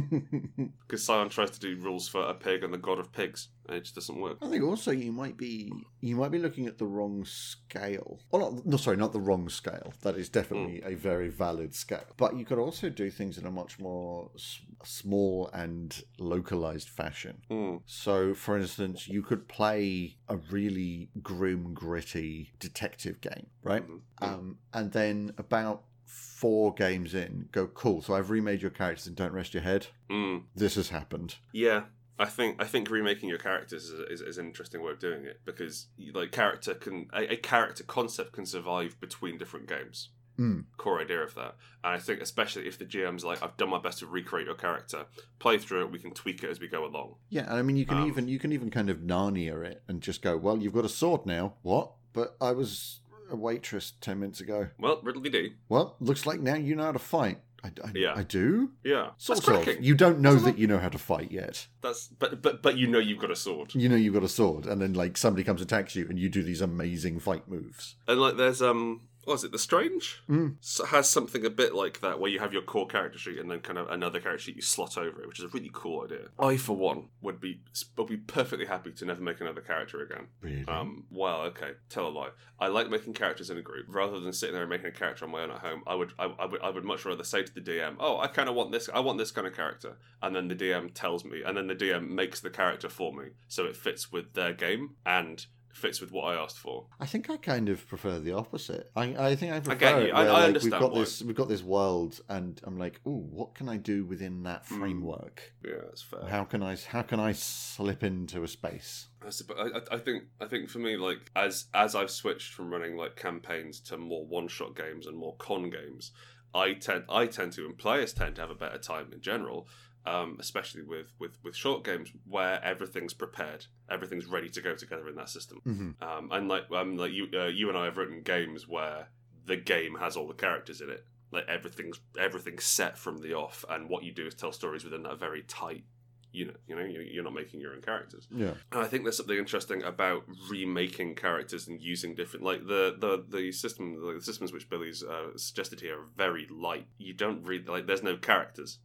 [SPEAKER 1] because Scion tries to do rules for a pig and the god of pigs and it just doesn't work.
[SPEAKER 2] i think also you might be you might be looking at the wrong scale or not no sorry not the wrong scale that is definitely a very valid scale but you could also do things in a much more s- small and localized fashion
[SPEAKER 1] Mm.
[SPEAKER 2] So, for instance, you could play a really grim, gritty detective game, right?
[SPEAKER 1] Mhm.
[SPEAKER 2] Um, and then about four games in, go, cool, so I've remade your characters and don't rest your head.
[SPEAKER 1] Mm.
[SPEAKER 2] This has happened.
[SPEAKER 1] Yeah, I think I think remaking your characters is, is, is an interesting way of doing it because like character can a, a character concept can survive between different games.
[SPEAKER 2] Mm.
[SPEAKER 1] Core idea of that, and I think especially if the GM's like, I've done my best to recreate your character, play through it, we can tweak it as we go along.
[SPEAKER 2] Yeah, and I mean, you can
[SPEAKER 1] Um,
[SPEAKER 2] even you can even kind of Narnia it and just go, well, you've got a sword now. What? But I was a waitress ten minutes ago.
[SPEAKER 1] Well, riddly dee.
[SPEAKER 2] Well, looks like now you know how to fight. I, I,
[SPEAKER 1] Yeah.
[SPEAKER 2] I do.
[SPEAKER 1] Yeah,
[SPEAKER 2] Sort
[SPEAKER 1] that's cracking.
[SPEAKER 2] of. You don't know
[SPEAKER 1] That's a
[SPEAKER 2] that
[SPEAKER 1] lot-
[SPEAKER 2] you know how to fight yet.
[SPEAKER 1] That's but but but you know you've got a sword.
[SPEAKER 2] you know you've got a sword and then like somebody comes attacks you and you do these amazing fight moves
[SPEAKER 1] And like, there's um, what is it? The Strange
[SPEAKER 2] Mm.
[SPEAKER 1] S- has something a bit like that, where you have your core character sheet and then kind of another character sheet you slot over it, which is a really cool idea. I, for one, would be would be perfectly happy to never make another character again.
[SPEAKER 2] really
[SPEAKER 1] Um, well, okay, tell a lie. I like making characters in a group rather than sitting there and making a character on my own at home. I would, I, I would, I would much rather say to the DM, "Oh, I kind of want this. I want this kind of character," and then the DM tells me, and then the DM makes the character for me, so it fits with their game and fits with what I asked for.
[SPEAKER 2] i think i kind of prefer the opposite i, I think i prefer
[SPEAKER 1] get you.
[SPEAKER 2] it
[SPEAKER 1] I-
[SPEAKER 2] where,
[SPEAKER 1] I
[SPEAKER 2] like,
[SPEAKER 1] understand
[SPEAKER 2] we've got
[SPEAKER 1] why.
[SPEAKER 2] this we've got this world and i'm like oh what can i do within that
[SPEAKER 1] Mm.
[SPEAKER 2] framework
[SPEAKER 1] Yeah, that's fair.
[SPEAKER 2] how can i how can i slip into a space
[SPEAKER 1] I, suppose, I, I- I think I think for me like as as I've switched from running like campaigns to more one shot games and more con games, I tend I tend to and players tend to have a better time in general, um, especially with, with with short games where everything's prepared, everything's ready to go together in that system.
[SPEAKER 2] mm-hmm.
[SPEAKER 1] Um, and like um, like you uh, you and I have written games where the game has all the characters in it. Like everything's everything's set from the off, and what you do is tell stories within that very tight unit. You know, You- you're not making your own characters.
[SPEAKER 2] Yeah.
[SPEAKER 1] And I think there's something interesting about remaking characters and using different, like the the the system, like the systems which Billy's uh, suggested here are very light. You don't read like there's no characters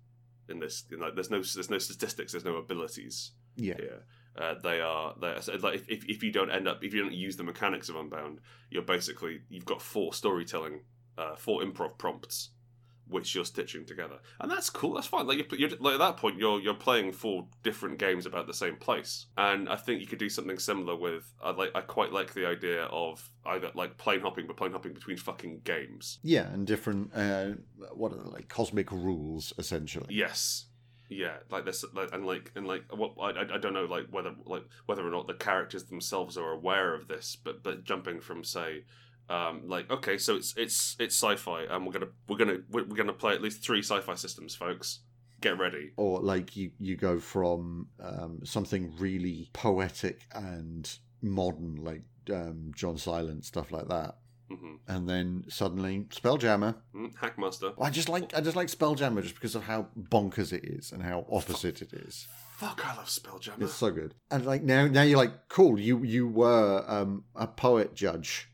[SPEAKER 1] in this. You know, there's no there's no statistics. There's no abilities.
[SPEAKER 2] Yeah.
[SPEAKER 1] Yeah. Uh, they are they are, so, like if, if you don't end up if you don't use the mechanics of Unbound, you're basically you've got four storytelling, uh, four improv prompts, which you're stitching together, and that's cool. That's fine. Like you're, you're like at that point, you're you're playing four different games about the same place, and I think you could do something similar with. I like I quite like the idea of either like plane hopping, but plane hopping between fucking games.
[SPEAKER 2] Yeah, and different uh, what are they like cosmic rules essentially.
[SPEAKER 1] Yes. Yeah, like this, like, and like, and like, what I, I I don't know, like whether like whether or not the characters themselves are aware of this, but but jumping from say, um, like okay, so it's it's it's sci-fi, and we're gonna we're gonna we're, we're gonna play at least three sci-fi systems, folks. Get ready.
[SPEAKER 2] Or like you you go from um, something really poetic and modern like um, John Silent stuff like that,
[SPEAKER 1] Mm-hmm. Hmm?
[SPEAKER 2] and then suddenly Spelljammer.
[SPEAKER 1] Hackmaster,
[SPEAKER 2] I just like I just like Spelljammer just because of how bonkers it is and how opposite it is.
[SPEAKER 1] fuck, I love Spelljammer.
[SPEAKER 2] It's so good. And like now, now you're like, cool. You you were um, a poet judge.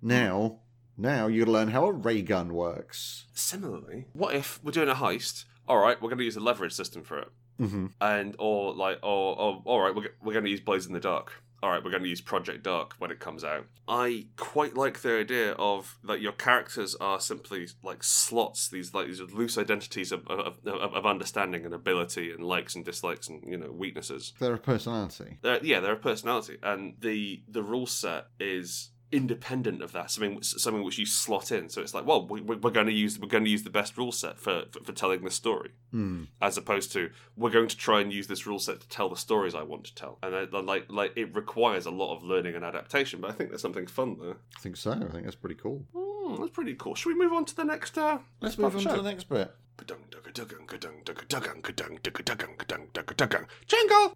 [SPEAKER 2] Now, now you learn how a ray gun works.
[SPEAKER 1] Similarly, what if we're doing a heist? All right, we're gonna use a leverage system for it.
[SPEAKER 2] Mm-hmm.
[SPEAKER 1] and or like or, or all right we're, g- we're going to use blaze in the dark all right we're going to use project dark when it comes out i quite like the idea of that your characters are simply like slots these like these loose identities of, of, of, of understanding and ability and likes and dislikes and you know weaknesses
[SPEAKER 2] They're a personality.
[SPEAKER 1] they're, yeah they're a personality and the the rule set is independent of that something something which you slot in so it's like well we, we're going to use we're going to use the best rule set for for, for telling this story
[SPEAKER 2] Mm.
[SPEAKER 1] as opposed to we're going to try and use this rule set to tell the stories I want to tell. And I, I like like it requires a lot of learning and adaptation, but I think there's something fun there.
[SPEAKER 2] I think so. I think that's pretty cool.
[SPEAKER 1] Hmm, that's pretty cool. Should we move on to the next? Uh,
[SPEAKER 2] Let's move on to the next bit.
[SPEAKER 1] next. Jingle.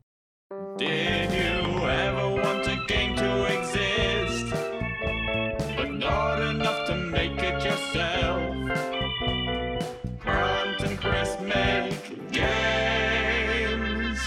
[SPEAKER 3] Did you ever want a game to exist? But not enough to make it yourself. Grant and Chris make games.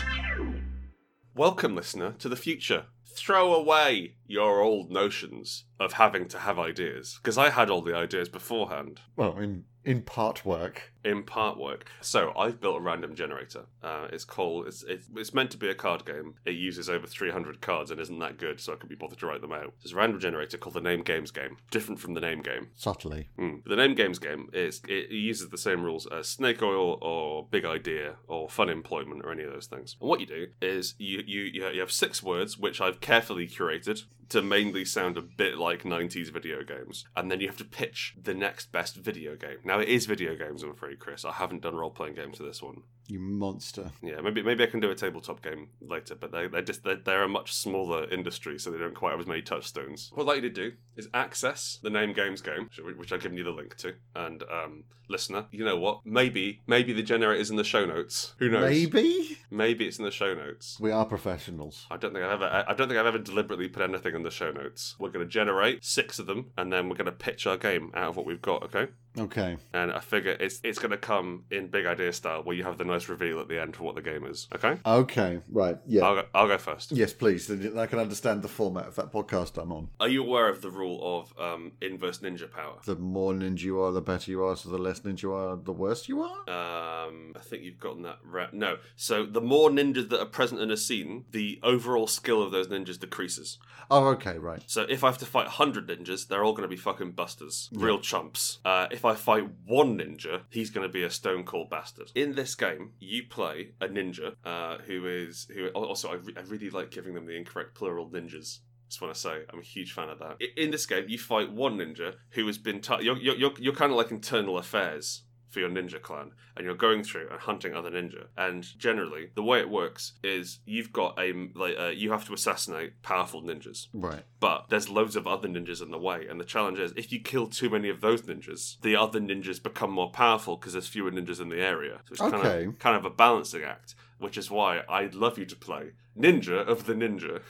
[SPEAKER 1] Welcome, listener, to the future. Throw away your old notions of having to have ideas, because I had all the ideas beforehand.
[SPEAKER 2] Well, in in part work.
[SPEAKER 1] in part work. So I've built a random generator. Uh, it's called. It's, it's it's meant to be a card game. It uses over 300 cards and isn't that good, so I could be bothered to write them out. It's a random generator called the Name Games game. Different from the Name Game.
[SPEAKER 2] Subtly.
[SPEAKER 1] Mm. The Name Games game is it uses the same rules as Snake Oil or Big Idea or Fun Employment or any of those things. And what you do is you you you you have six words which I've carefully curated to mainly sound a bit like 90s video games, and then you have to pitch the next best video game. Now it is video games, I'm afraid, Chris. I haven't done role playing games for this one.
[SPEAKER 2] You monster.
[SPEAKER 1] Yeah, maybe maybe I can do a tabletop game later, but they they're just they're, they're a much smaller industry, so they don't quite have as many touchstones. What I'd like you to do is access the name games game, which- which I've given you the link to, and um, listener, you know what? Maybe maybe the generator's in the show notes. Who knows?
[SPEAKER 2] Maybe
[SPEAKER 1] Maybe it's in the show notes.
[SPEAKER 2] we are professionals.
[SPEAKER 1] I don't think I've ever. I- I don't think I've ever deliberately put anything in the show notes. We're going to generate six of them, and then we're going to pitch our game out of what we've got. Okay.
[SPEAKER 2] Okay.
[SPEAKER 1] And I figure it's it's going to come in big idea style, where you have the nice reveal at the end for what the game is. Okay.
[SPEAKER 2] Okay. Right. Yeah.
[SPEAKER 1] I'll go, I'll go first.
[SPEAKER 2] Yes, please. Then I can understand the format of that podcast I'm on.
[SPEAKER 1] Are you aware of the rule of um, inverse ninja power?
[SPEAKER 2] The more ninja you are, the better you are. So the less ninja you are, the worse you are.
[SPEAKER 1] Um, I think you've gotten that right. No. So the more ninjas that are present in a scene, the overall skill of those ninjas decreases.
[SPEAKER 2] Oh, okay. Right.
[SPEAKER 1] So if I have to fight 100 ninjas, they're all going to be fucking busters. Real chumps. Uh, if I fight one ninja, he's going to be a stone cold bastard. In this game, you play a ninja uh, who is. who. Also, I, re- I really like giving them the incorrect plural ninjas. Just want to say, I'm a huge fan of that. I- In this game, you fight one ninja who has been. T- you're you're, you're, you're kind of like internal affairs for your ninja clan, and you're going through and hunting other ninja. And generally, the way it works is you've got a like uh, you have to assassinate powerful ninjas
[SPEAKER 2] Right.
[SPEAKER 1] but there's loads of other ninjas in the way and the challenge is if you kill too many of those ninjas the other ninjas become more powerful because there's fewer ninjas in the area so it's kind,
[SPEAKER 2] Okay.
[SPEAKER 1] of, kind of a balancing act which is why i'd love you to play ninja of the ninja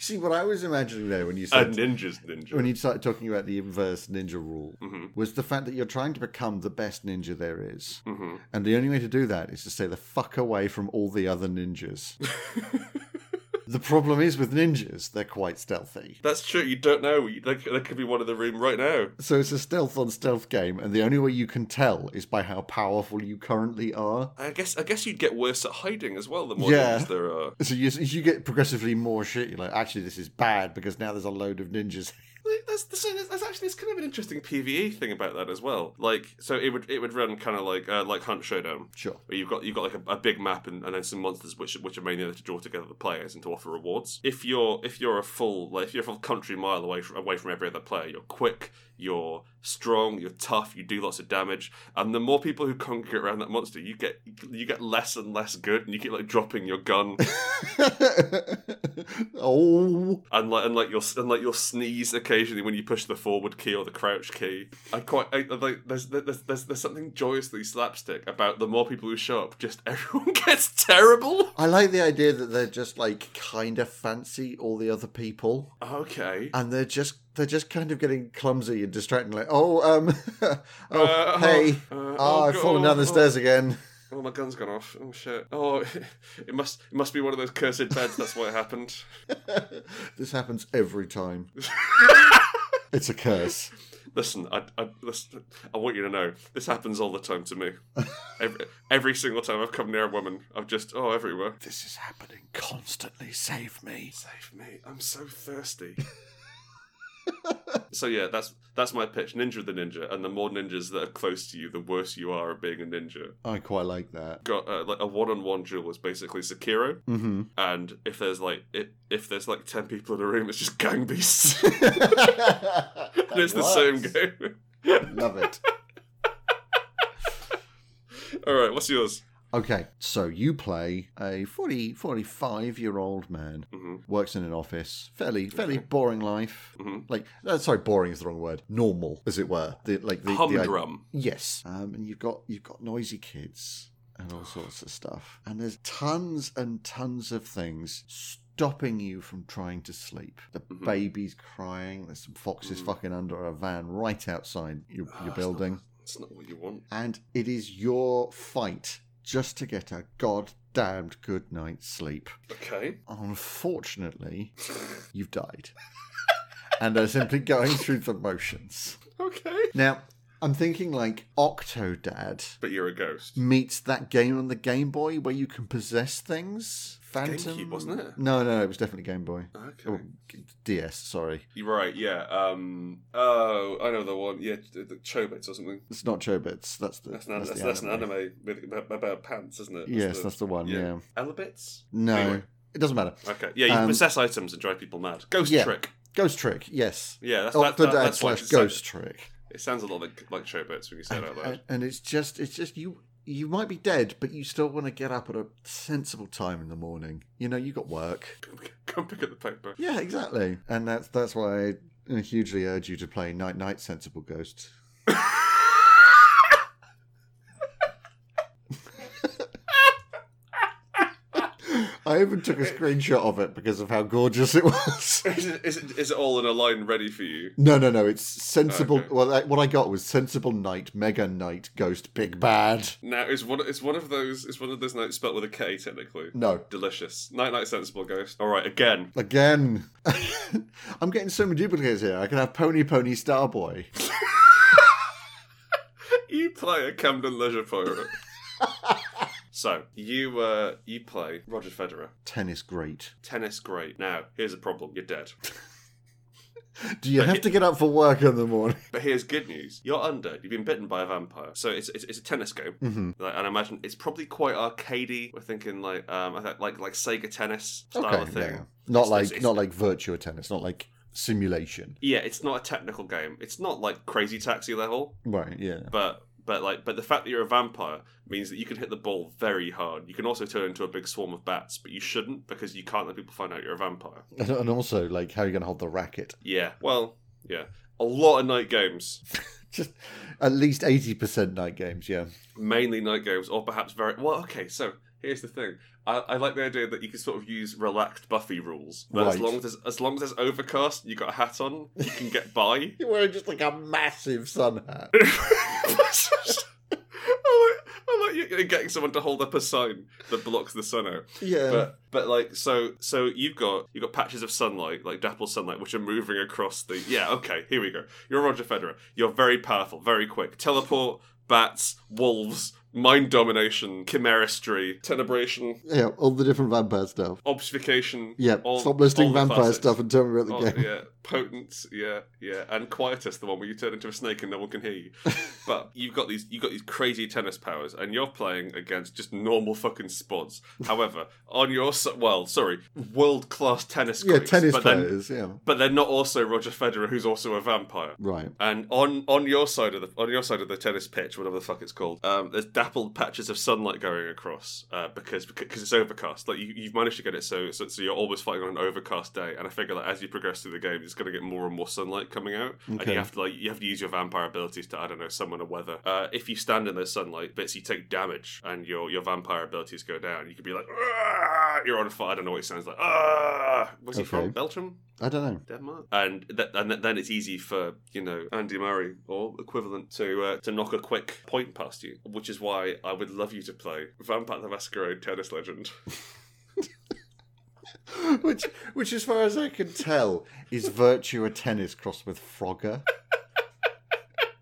[SPEAKER 2] See, what I was imagining there when you
[SPEAKER 1] A
[SPEAKER 2] said
[SPEAKER 1] ninja's ninja.
[SPEAKER 2] when you started talking about the inverse ninja rule
[SPEAKER 1] Mhm.
[SPEAKER 2] was the fact that you're trying to become the best ninja there is.
[SPEAKER 1] Mhm.
[SPEAKER 2] And the only way to do that is to stay the fuck away from all the other ninjas. the problem is with ninjas, they're quite stealthy.
[SPEAKER 1] That's true. You don't know. You- There, there could be one in the room right now.
[SPEAKER 2] So it's a stealth on stealth game, and the only way you can tell is by how powerful you currently are.
[SPEAKER 1] I guess. I guess you'd get worse at hiding as well. The more
[SPEAKER 2] Yeah.
[SPEAKER 1] ninjas there are.
[SPEAKER 2] So you, you get progressively more shit. You're like, actually, this is bad because now there's a load of ninjas.
[SPEAKER 1] Like, That's, that's, that's actually it's kind of an interesting PVE thing about that as well. Like, so it would it would run kind of like uh, like Hunt Showdown,
[SPEAKER 2] Sure.
[SPEAKER 1] where you've got you've got like a, a big map and, and then some monsters which which are mainly there to draw together the players and to offer rewards. If you're if you're a full like if you're a full country mile away from, away from every other player, you're quick, you're strong, you're tough, you do lots of damage, and the more people who congregate around that monster, you get you get less and less good, and you keep like dropping your gun,
[SPEAKER 2] oh,
[SPEAKER 1] and like and like you'll and like you'll sneeze occasionally when you push the forward key or the crouch key. I quite I, I like there's, there's there's there's something joyously slapstick about the more people who show up, just everyone gets terrible.
[SPEAKER 2] I like the idea that they're just like kind of fancy all the other people.
[SPEAKER 1] Okay.
[SPEAKER 2] and they're just they're just kind of getting clumsy and distracting like oh um oh
[SPEAKER 1] Uh,
[SPEAKER 2] hey
[SPEAKER 1] oh, uh,
[SPEAKER 2] oh, i've
[SPEAKER 1] oh,
[SPEAKER 2] fallen down the
[SPEAKER 1] oh,
[SPEAKER 2] stairs again
[SPEAKER 1] Oh, my gun's gone off. Oh shit. Oh, it must it must be one of those cursed beds. That's why it happened.
[SPEAKER 2] this happens every time it's a curse
[SPEAKER 1] Listen, I, I listen, I want you to know this happens all the time to me. Every, every single time I've come near a woman, I've just oh everywhere.
[SPEAKER 2] this is happening constantly save me
[SPEAKER 1] Save me! I'm so thirsty. so yeah, that's that's my pitch. Ninja the ninja, and the more ninjas that are close to you, the worse you are at being a ninja.
[SPEAKER 2] i quite like that
[SPEAKER 1] Got uh, like a one-on-one duel is basically Sekiro,
[SPEAKER 2] mm-hmm
[SPEAKER 1] and if there's like if, if there's like ten people in a room, it's just gang beasts. And it's the same game.
[SPEAKER 2] love it
[SPEAKER 1] All right, what's yours?
[SPEAKER 2] okay so you play a 40 45 year old man
[SPEAKER 1] hmm
[SPEAKER 2] works in an office fairly fairly boring life
[SPEAKER 1] Mhm.
[SPEAKER 2] like uh, sorry boring is the wrong word normal as it were the, like the, the
[SPEAKER 1] Humdrum.
[SPEAKER 2] Yes. Um, and you've got you've got noisy kids and all sorts of stuff. And there's tons and tons of things stopping you from trying to sleep. The
[SPEAKER 1] Mhm.
[SPEAKER 2] baby's crying. There's some foxes
[SPEAKER 1] Mhm.
[SPEAKER 2] fucking under a van right outside your,
[SPEAKER 1] Ah,
[SPEAKER 2] uh, your
[SPEAKER 1] it's
[SPEAKER 2] building.
[SPEAKER 1] That's not what you want.
[SPEAKER 2] And it is your fight just to get a goddamned good night's sleep.
[SPEAKER 1] Okay.
[SPEAKER 2] Unfortunately, you've died. and are simply going through the motions.
[SPEAKER 1] Okay.
[SPEAKER 2] Now, I'm thinking like Octodad
[SPEAKER 1] But you're a ghost.
[SPEAKER 2] meets that game on the Game Boy where you can possess things. Phantom,
[SPEAKER 1] GameCube, wasn't it?
[SPEAKER 2] No, no, it was definitely Game Boy.
[SPEAKER 1] Okay.
[SPEAKER 2] Oh, G- DS, sorry.
[SPEAKER 1] You're right. Yeah. Um. Oh, I know the one. Yeah, the, the Chobits or something.
[SPEAKER 2] It's not Chobits. That's the
[SPEAKER 1] That's an, that's,
[SPEAKER 2] the
[SPEAKER 1] that's, an anime with, about, about pants, isn't it?
[SPEAKER 2] Yes,
[SPEAKER 1] the,
[SPEAKER 2] that's the one.
[SPEAKER 1] yeah.
[SPEAKER 2] Yeah.
[SPEAKER 1] Elabits.
[SPEAKER 2] No,
[SPEAKER 1] Anyway.
[SPEAKER 2] it doesn't matter.
[SPEAKER 1] Okay. Yeah, you
[SPEAKER 2] Um,
[SPEAKER 1] possess items and drive people mad. Ghost
[SPEAKER 2] yeah.
[SPEAKER 1] trick.
[SPEAKER 2] Ghost Trick. Yes.
[SPEAKER 1] Yeah. That's, that,
[SPEAKER 2] Octodad
[SPEAKER 1] that, that's why
[SPEAKER 2] slash
[SPEAKER 1] it's-
[SPEAKER 2] Ghost Trick.
[SPEAKER 1] It sounds a lot like like Chobits when you say it out
[SPEAKER 2] And-
[SPEAKER 1] loud.
[SPEAKER 2] and- and it's just, it's just you. You might be dead, but you still want to get up at a sensible time in the morning. You know, you got work.
[SPEAKER 1] Come pick up the paper.
[SPEAKER 2] Yeah, exactly. And that's that's why I hugely urge you to play Night Night Sensible Ghost. I even took a screenshot of it because of how gorgeous it was.
[SPEAKER 1] Is it, is, it, is it all in a line ready for you?
[SPEAKER 2] No, no, no. It's sensible.
[SPEAKER 1] Okay.
[SPEAKER 2] Well, I, what I got was sensible night, mega night, ghost, big bad.
[SPEAKER 1] Now it's one it's one of those it's one of those notes spelled with a K technically.
[SPEAKER 2] No,
[SPEAKER 1] Delicious. Night night sensible ghost. Alright, again.
[SPEAKER 2] again. I'm getting so many duplicates here. I can have Pony Pony Starboy.
[SPEAKER 1] You play a Camden Leisure Pirate. so, you uh you play Roger Federer.
[SPEAKER 2] Tennis great.
[SPEAKER 1] Tennis great. Now, here's a problem, you're dead.
[SPEAKER 2] Do you have to get up for work in the morning?
[SPEAKER 1] But here's good news. You're undead. You've been bitten by a vampire. So it's it's, it's a tennis game.
[SPEAKER 2] Mm-hmm.
[SPEAKER 1] Like, and I imagine it's probably quite arcadey. We're thinking like um I think like like Sega tennis style of thing.
[SPEAKER 2] yeah. Not
[SPEAKER 1] It's-
[SPEAKER 2] like
[SPEAKER 1] it's- it's-
[SPEAKER 2] not like virtua tennis, not like simulation.
[SPEAKER 1] Yeah, it's not a technical game. It's not like Crazy Taxi level,
[SPEAKER 2] Right, yeah.
[SPEAKER 1] but but like but the fact that you're a vampire means that you can hit the ball very hard. You can also turn into a big swarm of bats, but you shouldn't because you can't let people find out you're a vampire.
[SPEAKER 2] And, and also like how are you gonna hold the racket?
[SPEAKER 1] Yeah, well, yeah, a lot of night games,
[SPEAKER 2] Just at least eighty percent night games, yeah.
[SPEAKER 1] mainly night games, or perhaps very well. Okay, so Here's the thing. I, I like the idea that you can sort of use relaxed Buffy rules. That as
[SPEAKER 2] Right.
[SPEAKER 1] long as there's, as long as there's overcast, you got a hat on, you can get by.
[SPEAKER 2] You're wearing just like a massive sun hat.
[SPEAKER 1] I like, I like you- getting someone to hold up a sign that blocks the sun out.
[SPEAKER 2] Yeah.
[SPEAKER 1] But but like so so you've got you've got patches of sunlight like dapple sunlight which are moving across the yeah okay here we go you're Roger Federer you're very powerful very quick teleport bats wolves mind domination chimeristery tenebration
[SPEAKER 2] yeah, all the different vampire stuff.
[SPEAKER 1] obfuscation
[SPEAKER 2] Yeah,
[SPEAKER 1] all-
[SPEAKER 2] stop
[SPEAKER 1] all
[SPEAKER 2] listing
[SPEAKER 1] the
[SPEAKER 2] vampire
[SPEAKER 1] facets.
[SPEAKER 2] stuff and tell me about the
[SPEAKER 1] Oh,
[SPEAKER 2] game.
[SPEAKER 1] yeah, potent, yeah, yeah, and quietus, the one where you turn into a snake and no one can hear you. But you've got these, you've got these crazy tennis powers, and you're playing against just normal fucking spots. However, on your s- well, sorry, world class tennis,
[SPEAKER 2] Yeah,
[SPEAKER 1] greats,
[SPEAKER 2] tennis
[SPEAKER 1] but Then,
[SPEAKER 2] players, yeah.
[SPEAKER 1] but they're not also Roger Federer, who's also a vampire.
[SPEAKER 2] Right.
[SPEAKER 1] And on, on your side of the on your side of the tennis pitch, whatever the fuck it's called, um, there's dappled patches of sunlight going across uh, because because it's overcast. Like you, you've managed to get it so, so so you're always fighting on an overcast day. And I figure that as you progress through the game, it's going to get more and more sunlight coming out, and
[SPEAKER 2] Okay.
[SPEAKER 1] you have to like you have to use your vampire abilities to I don't know summon a weather. Uh, if you stand in the sunlight bits, you take damage, and your your vampire abilities go down. You could be like, "Argh!" you're on fire. I don't know what it sounds like. "Argh!" Where's he
[SPEAKER 2] Okay.
[SPEAKER 1] from? Belgium.
[SPEAKER 2] I don't know.
[SPEAKER 1] Denmark, and th- and th- then it's easy for you know Andy Murray or equivalent to uh, to knock a quick point past you, which is why I would love you to play Vampire the Masquerade Tennis Legend.
[SPEAKER 2] which, which, as far as I can tell, is Virtua Tennis crossed with Frogger,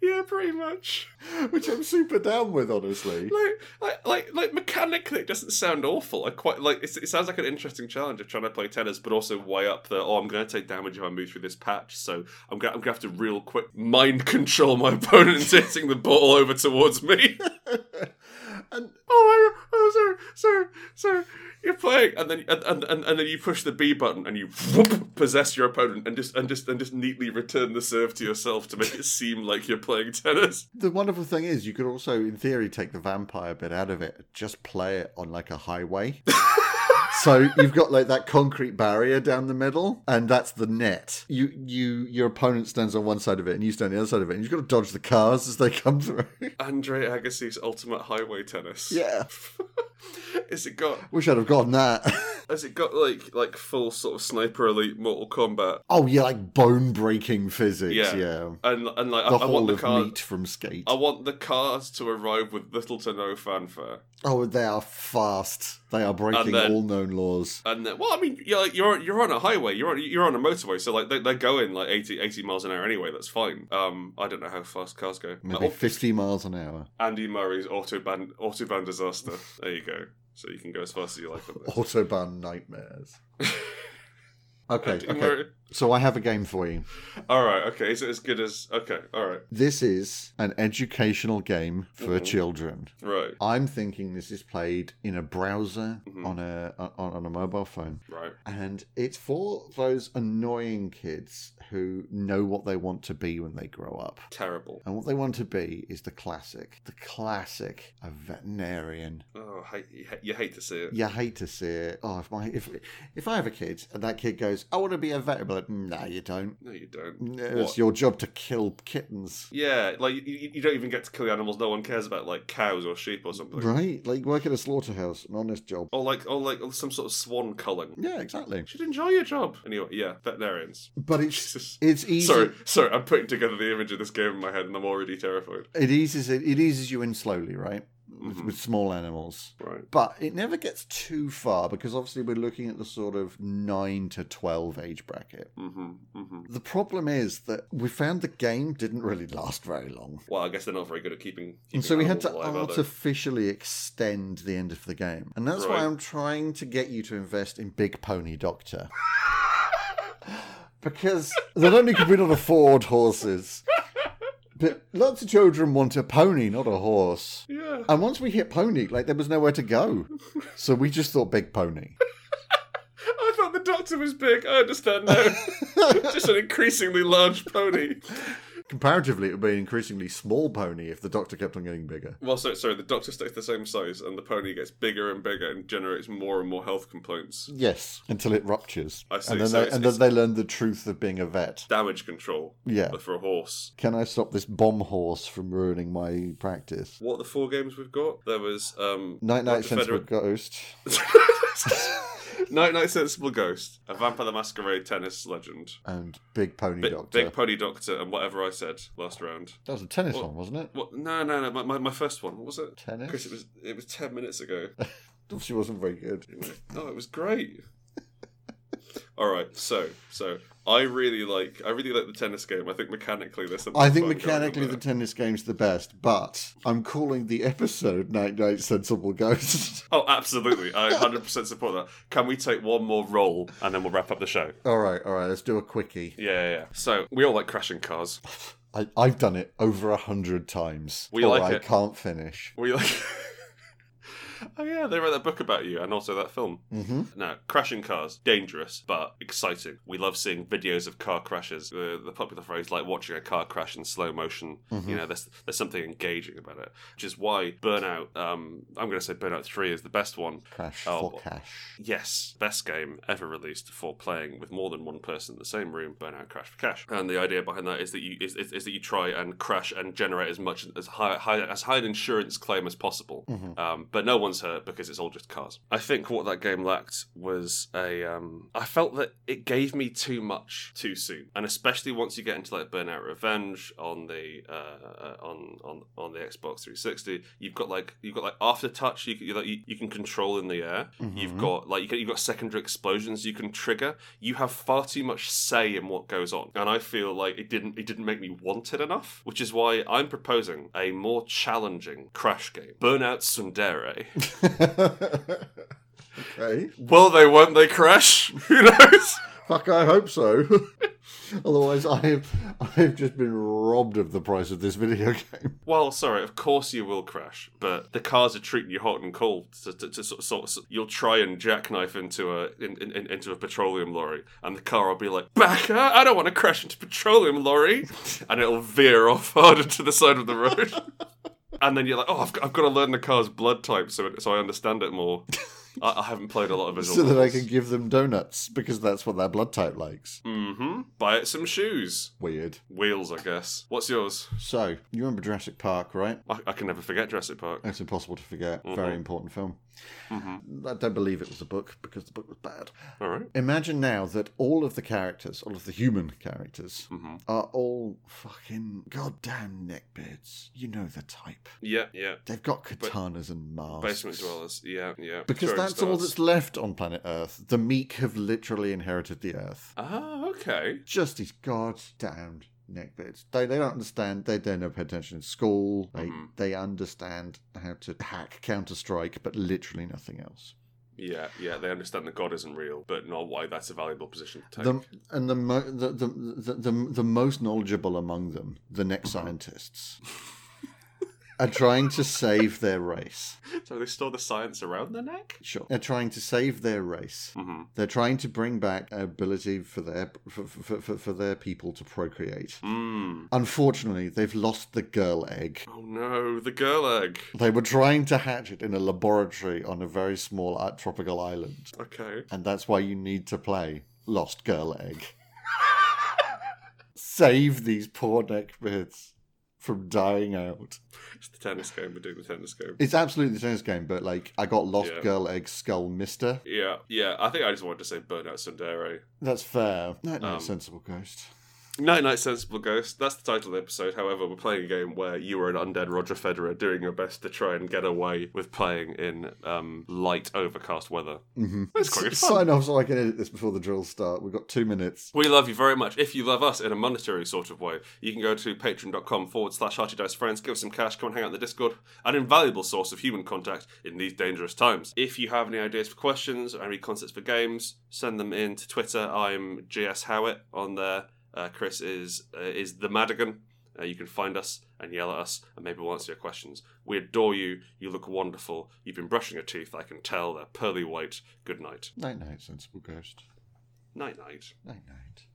[SPEAKER 1] yeah, pretty much.
[SPEAKER 2] which I'm super down with, honestly.
[SPEAKER 1] Like, like, like, like mechanically, it doesn't sound awful. I quite like. It's, it sounds like an interesting challenge of trying to play tennis, but also way up the. Oh, I'm going to take damage if I move through this patch, so I'm going. I'm going to have to real quick mind control my opponent into hitting the ball over towards me.
[SPEAKER 2] and
[SPEAKER 1] oh my god, oh sorry, sorry, sorry. You're playing, and then and, and, and, and then you push the B button, and you whoop, possess your opponent, and just and just and just neatly return the serve to yourself to make it seem like you're playing tennis.
[SPEAKER 2] the wonderful thing is, you could also, in theory, take the vampire bit out of it, just play it on like a highway. so you've got like that concrete barrier down the middle, and that's the net. You, you, your opponent stands on one side of it, and you stand on the other side of it, and you've got to dodge the cars as they come through.
[SPEAKER 1] Andre Agassi's ultimate highway tennis.
[SPEAKER 2] yeah,
[SPEAKER 1] Is it got?
[SPEAKER 2] wish I'd have gotten that.
[SPEAKER 1] Has it got like like full sort of sniper elite Mortal Kombat?
[SPEAKER 2] oh yeah, like bone breaking physics.
[SPEAKER 1] Yeah.
[SPEAKER 2] Yeah,
[SPEAKER 1] And and like
[SPEAKER 2] the
[SPEAKER 1] I, I
[SPEAKER 2] whole
[SPEAKER 1] want the
[SPEAKER 2] of
[SPEAKER 1] car.
[SPEAKER 2] meat from skate.
[SPEAKER 1] I want the cars to arrive with little to no fanfare.
[SPEAKER 2] Oh, they are fast. They are breaking
[SPEAKER 1] And then-
[SPEAKER 2] all known laws.
[SPEAKER 1] And then, well, I mean, you're like, you're you're on a highway, you're on you're on a motorway, so like they, they're going like 80, 80 miles an hour anyway. That's fine. Um, I don't know how fast cars go.
[SPEAKER 2] Maybe
[SPEAKER 1] Oh,
[SPEAKER 2] 50 miles an hour.
[SPEAKER 1] Andy Murray's autobahn autobahn disaster. There you go. So you can go as fast as you like. On this.
[SPEAKER 2] Autobahn nightmares. Okay,
[SPEAKER 1] Andy
[SPEAKER 2] okay.
[SPEAKER 1] Murray.
[SPEAKER 2] So I have a game for you.
[SPEAKER 1] All right. Okay. Is it as good as? Okay. All right.
[SPEAKER 2] This is an educational game for
[SPEAKER 1] Mhm.
[SPEAKER 2] children.
[SPEAKER 1] Right.
[SPEAKER 2] I'm thinking this is played in a browser
[SPEAKER 1] Mhm.
[SPEAKER 2] on a on, on a mobile phone.
[SPEAKER 1] Right.
[SPEAKER 2] And it's for those annoying kids who know what they want to be when they grow up.
[SPEAKER 1] Terrible.
[SPEAKER 2] And what they want to be is the classic. The classic, a veterinarian,
[SPEAKER 1] Oh, I hate, you ha- you hate to see it.
[SPEAKER 2] you hate to see it. Oh, if my if if I have a kid and that kid goes, I want to be a vet, I'm like, no, you don't.
[SPEAKER 1] No, you don't.
[SPEAKER 2] No,
[SPEAKER 1] What?
[SPEAKER 2] It's your job to kill kittens,
[SPEAKER 1] Yeah, like you- you, you don't even get to kill the animals. No one cares about like cows or sheep or something.
[SPEAKER 2] right? Like work at a slaughterhouse, an honest job.
[SPEAKER 1] Or like or like some sort of swan culling.
[SPEAKER 2] Yeah, exactly.
[SPEAKER 1] You should enjoy your job. Anyway, yeah, veterinarians.
[SPEAKER 2] But it's
[SPEAKER 1] Jesus.
[SPEAKER 2] it's easy.
[SPEAKER 1] Sorry, sorry, I'm putting together the image of this game in my head and I'm already terrified.
[SPEAKER 2] It eases it, it eases you in slowly, right? With,
[SPEAKER 1] Mhm.
[SPEAKER 2] with small animals.
[SPEAKER 1] Right.
[SPEAKER 2] But it never gets too far because obviously we're looking at the sort of nine to twelve age bracket.
[SPEAKER 1] Mm-hmm. Mm-hmm.
[SPEAKER 2] The problem is that we found the game didn't really last very long.
[SPEAKER 1] Well, I guess they're not very good at keeping. keeping
[SPEAKER 2] And so we had to
[SPEAKER 1] animals alive, are they?
[SPEAKER 2] artificially extend the end of the game. And that's
[SPEAKER 1] Right.
[SPEAKER 2] why I'm trying to get you to invest in Big Pony Doctor. because not only can we not afford horses, but lots of children want a pony, not a horse.
[SPEAKER 1] Yeah.
[SPEAKER 2] And once we hit pony, like there was nowhere to go. So we just thought Big Pony.
[SPEAKER 1] I thought the doctor was big. I understand now. Just an increasingly large pony.
[SPEAKER 2] comparatively, it would be an increasingly small pony if the Doctor kept on getting bigger.
[SPEAKER 1] Well, so sorry, the doctor stays the same size, and the pony gets bigger and bigger and generates more and more health complaints.
[SPEAKER 2] Yes, until it ruptures.
[SPEAKER 1] I see,
[SPEAKER 2] And then,
[SPEAKER 1] so
[SPEAKER 2] they,
[SPEAKER 1] it's-
[SPEAKER 2] and then
[SPEAKER 1] it's-
[SPEAKER 2] they learn the truth of being a vet.
[SPEAKER 1] Damage control
[SPEAKER 2] Yeah.
[SPEAKER 1] for a horse.
[SPEAKER 2] Can I stop this bomb horse from ruining my practice?
[SPEAKER 1] What are the four games we've got? There was um,
[SPEAKER 2] Night Night
[SPEAKER 1] Doctor
[SPEAKER 2] Sensible Ghost.
[SPEAKER 1] Fedor- Night Night Sensible Ghost, a Vampire the Masquerade tennis legend,
[SPEAKER 2] and Big Pony
[SPEAKER 1] Bi-
[SPEAKER 2] Doctor.
[SPEAKER 1] Big Pony Doctor, and whatever I said last round.
[SPEAKER 2] that was a tennis
[SPEAKER 1] Well-
[SPEAKER 2] one, wasn't it?
[SPEAKER 1] What? No, no, no. My, my, my first one. What was it?
[SPEAKER 2] Tennis?
[SPEAKER 1] Chris, it was it was ten minutes ago.
[SPEAKER 2] She wasn't very good.
[SPEAKER 1] Oh, it was great. All right, so so I really like I really like the tennis game. I think mechanically there's something.
[SPEAKER 2] I think
[SPEAKER 1] fun going on
[SPEAKER 2] mechanically the
[SPEAKER 1] there.
[SPEAKER 2] tennis game's the best, but I'm calling the episode Night Night Sensible Ghost.
[SPEAKER 1] oh, absolutely, I 100 percent support that. Can we take one more roll and then we'll wrap up the show?
[SPEAKER 2] all right, all right, let's do a quickie.
[SPEAKER 1] Yeah, yeah. yeah. So we all like crashing cars.
[SPEAKER 2] I, I've done it over a hundred times.
[SPEAKER 1] We
[SPEAKER 2] or
[SPEAKER 1] like
[SPEAKER 2] I
[SPEAKER 1] it.
[SPEAKER 2] can't finish.
[SPEAKER 1] We like. oh yeah, they wrote that book about you and also that film.
[SPEAKER 2] hmm
[SPEAKER 1] Now, crashing cars, dangerous, but exciting. We love seeing videos of car crashes. The, the popular phrase, like watching a car crash in slow motion, you know, there's, there's something engaging about it, which is why Burnout, um, I'm going to say Burnout 3 is the best one.
[SPEAKER 2] Crash
[SPEAKER 1] Oh,
[SPEAKER 2] for cash.
[SPEAKER 1] Yes, best game ever released for playing with more than one person in the same room, Burnout Crash for Cash. And the idea behind that is that you is, is, is that you try and crash and generate as much as high, high as high an insurance claim as possible. Um, but no one's hurt because it's all just cars. I think what that game lacked was a. Um, I felt that it gave me too much too soon, and especially once you get into like Burnout Revenge on the uh, uh, on on on the Xbox 360, you've got like you've got like aftertouch. You can, you, like, you, you can control in the air. You've
[SPEAKER 2] Mhm.
[SPEAKER 1] got like you can, you've got secondary explosions you can trigger. You have far too much say in what goes on, and I feel like it didn't it didn't make me want it enough, which is why I'm proposing a more challenging crash game, Burnout Sundere.
[SPEAKER 2] Mm-hmm. okay.
[SPEAKER 1] Will they? Won't they crash? Who knows?
[SPEAKER 2] Fuck, I hope so. Otherwise, I have I have just been robbed of the price of this video game.
[SPEAKER 1] Well, sorry, of course you will crash, but the cars are treating you hot and cold. To, to, to sort, sort, sort- you'll try and jackknife into a in, in, in- into a petroleum lorry, and the car will be like, "Back! up, I don't want to crash into petroleum lorry," and it'll veer off harder to the side of the road. and then you're like, "Oh, I've got, I've got to learn the car's blood type, so it, so I understand it more." I, I haven't played a lot of visual.
[SPEAKER 2] So that I can give them donuts because that's what their blood type likes.
[SPEAKER 1] Mm-hmm. Buy it some shoes,
[SPEAKER 2] Weird.
[SPEAKER 1] wheels, I guess. What's yours?
[SPEAKER 2] So you remember Jurassic Park, right?
[SPEAKER 1] I, I can never forget Jurassic Park.
[SPEAKER 2] It's impossible to forget.
[SPEAKER 1] Mm-hmm.
[SPEAKER 2] Very important film. I don't believe it was a book because the book was bad.
[SPEAKER 1] All right.
[SPEAKER 2] Imagine now that all of the characters, all of the human characters,
[SPEAKER 1] Mhm.
[SPEAKER 2] are all fucking goddamn neckbeards. You know the type.
[SPEAKER 1] Yeah, yeah.
[SPEAKER 2] They've got katanas and masks.
[SPEAKER 1] Basement dwellers, yeah, yeah.
[SPEAKER 2] Because
[SPEAKER 1] Throwing
[SPEAKER 2] that's all
[SPEAKER 1] stars.
[SPEAKER 2] that's left on planet Earth. The meek have literally inherited the Earth.
[SPEAKER 1] Ah, okay.
[SPEAKER 2] Just these goddamn neckbeards. They, they don't understand. They don't pay attention in school. They,
[SPEAKER 1] Mhm.
[SPEAKER 2] they understand how to hack Counter Strike, but literally nothing else.
[SPEAKER 1] Yeah, yeah. They understand that God isn't real, but not why that's a valuable position to take.
[SPEAKER 2] The, and the, mo- the, the, the, the, the most knowledgeable among them, the neck scientists, are trying to save their race.
[SPEAKER 1] So they store the science around their neck.
[SPEAKER 2] Sure. They're trying to save their race.
[SPEAKER 1] Mm-hmm.
[SPEAKER 2] They're trying to bring back ability for their for, for, for, for their people to procreate.
[SPEAKER 1] Mm.
[SPEAKER 2] Unfortunately, they've lost the girl egg.
[SPEAKER 1] Oh no, the girl egg.
[SPEAKER 2] They were trying to hatch it in a laboratory on a very small uh, tropical island,
[SPEAKER 1] Okay.
[SPEAKER 2] and that's why you need to play Lost Girl Egg. Save these poor neckbeards from dying out.
[SPEAKER 1] It's the tennis game. We're doing the tennis game.
[SPEAKER 2] It's absolutely the tennis game, but like I got Lost
[SPEAKER 1] Yeah.
[SPEAKER 2] Girl Egg Skull Mister.
[SPEAKER 1] Yeah, yeah. I think I just wanted to say Burnout Sundere.
[SPEAKER 2] That's fair. Night night,
[SPEAKER 1] Um,
[SPEAKER 2] sensible ghost.
[SPEAKER 1] Night Night Sensible Ghost. That's the title of the episode. However, we're playing a game where you are an undead Roger Federer doing your best to try and get away with playing in um, light, overcast weather.
[SPEAKER 2] Mm-hmm.
[SPEAKER 1] That's quite good fun.
[SPEAKER 2] Sign off so I can edit this before the drills start. We've got two minutes.
[SPEAKER 1] We love you very much. If you love us in a monetary sort of way, you can go to patreon.com forward slash hearty dice friends, give us some cash, come and hang out in the Discord. An invaluable source of human contact in these dangerous times. If you have any ideas for questions or any concepts for games, send them in to Twitter. I'm GS Howitt on there. Uh, Chris is uh, is the Madigan. Uh, you can find us and yell at us, and maybe we'll answer your questions. We adore you. You look wonderful. You've been brushing your teeth. I can tell. They're pearly white. Good night.
[SPEAKER 2] Night night, sensible ghost.
[SPEAKER 1] Night night.
[SPEAKER 2] Night night.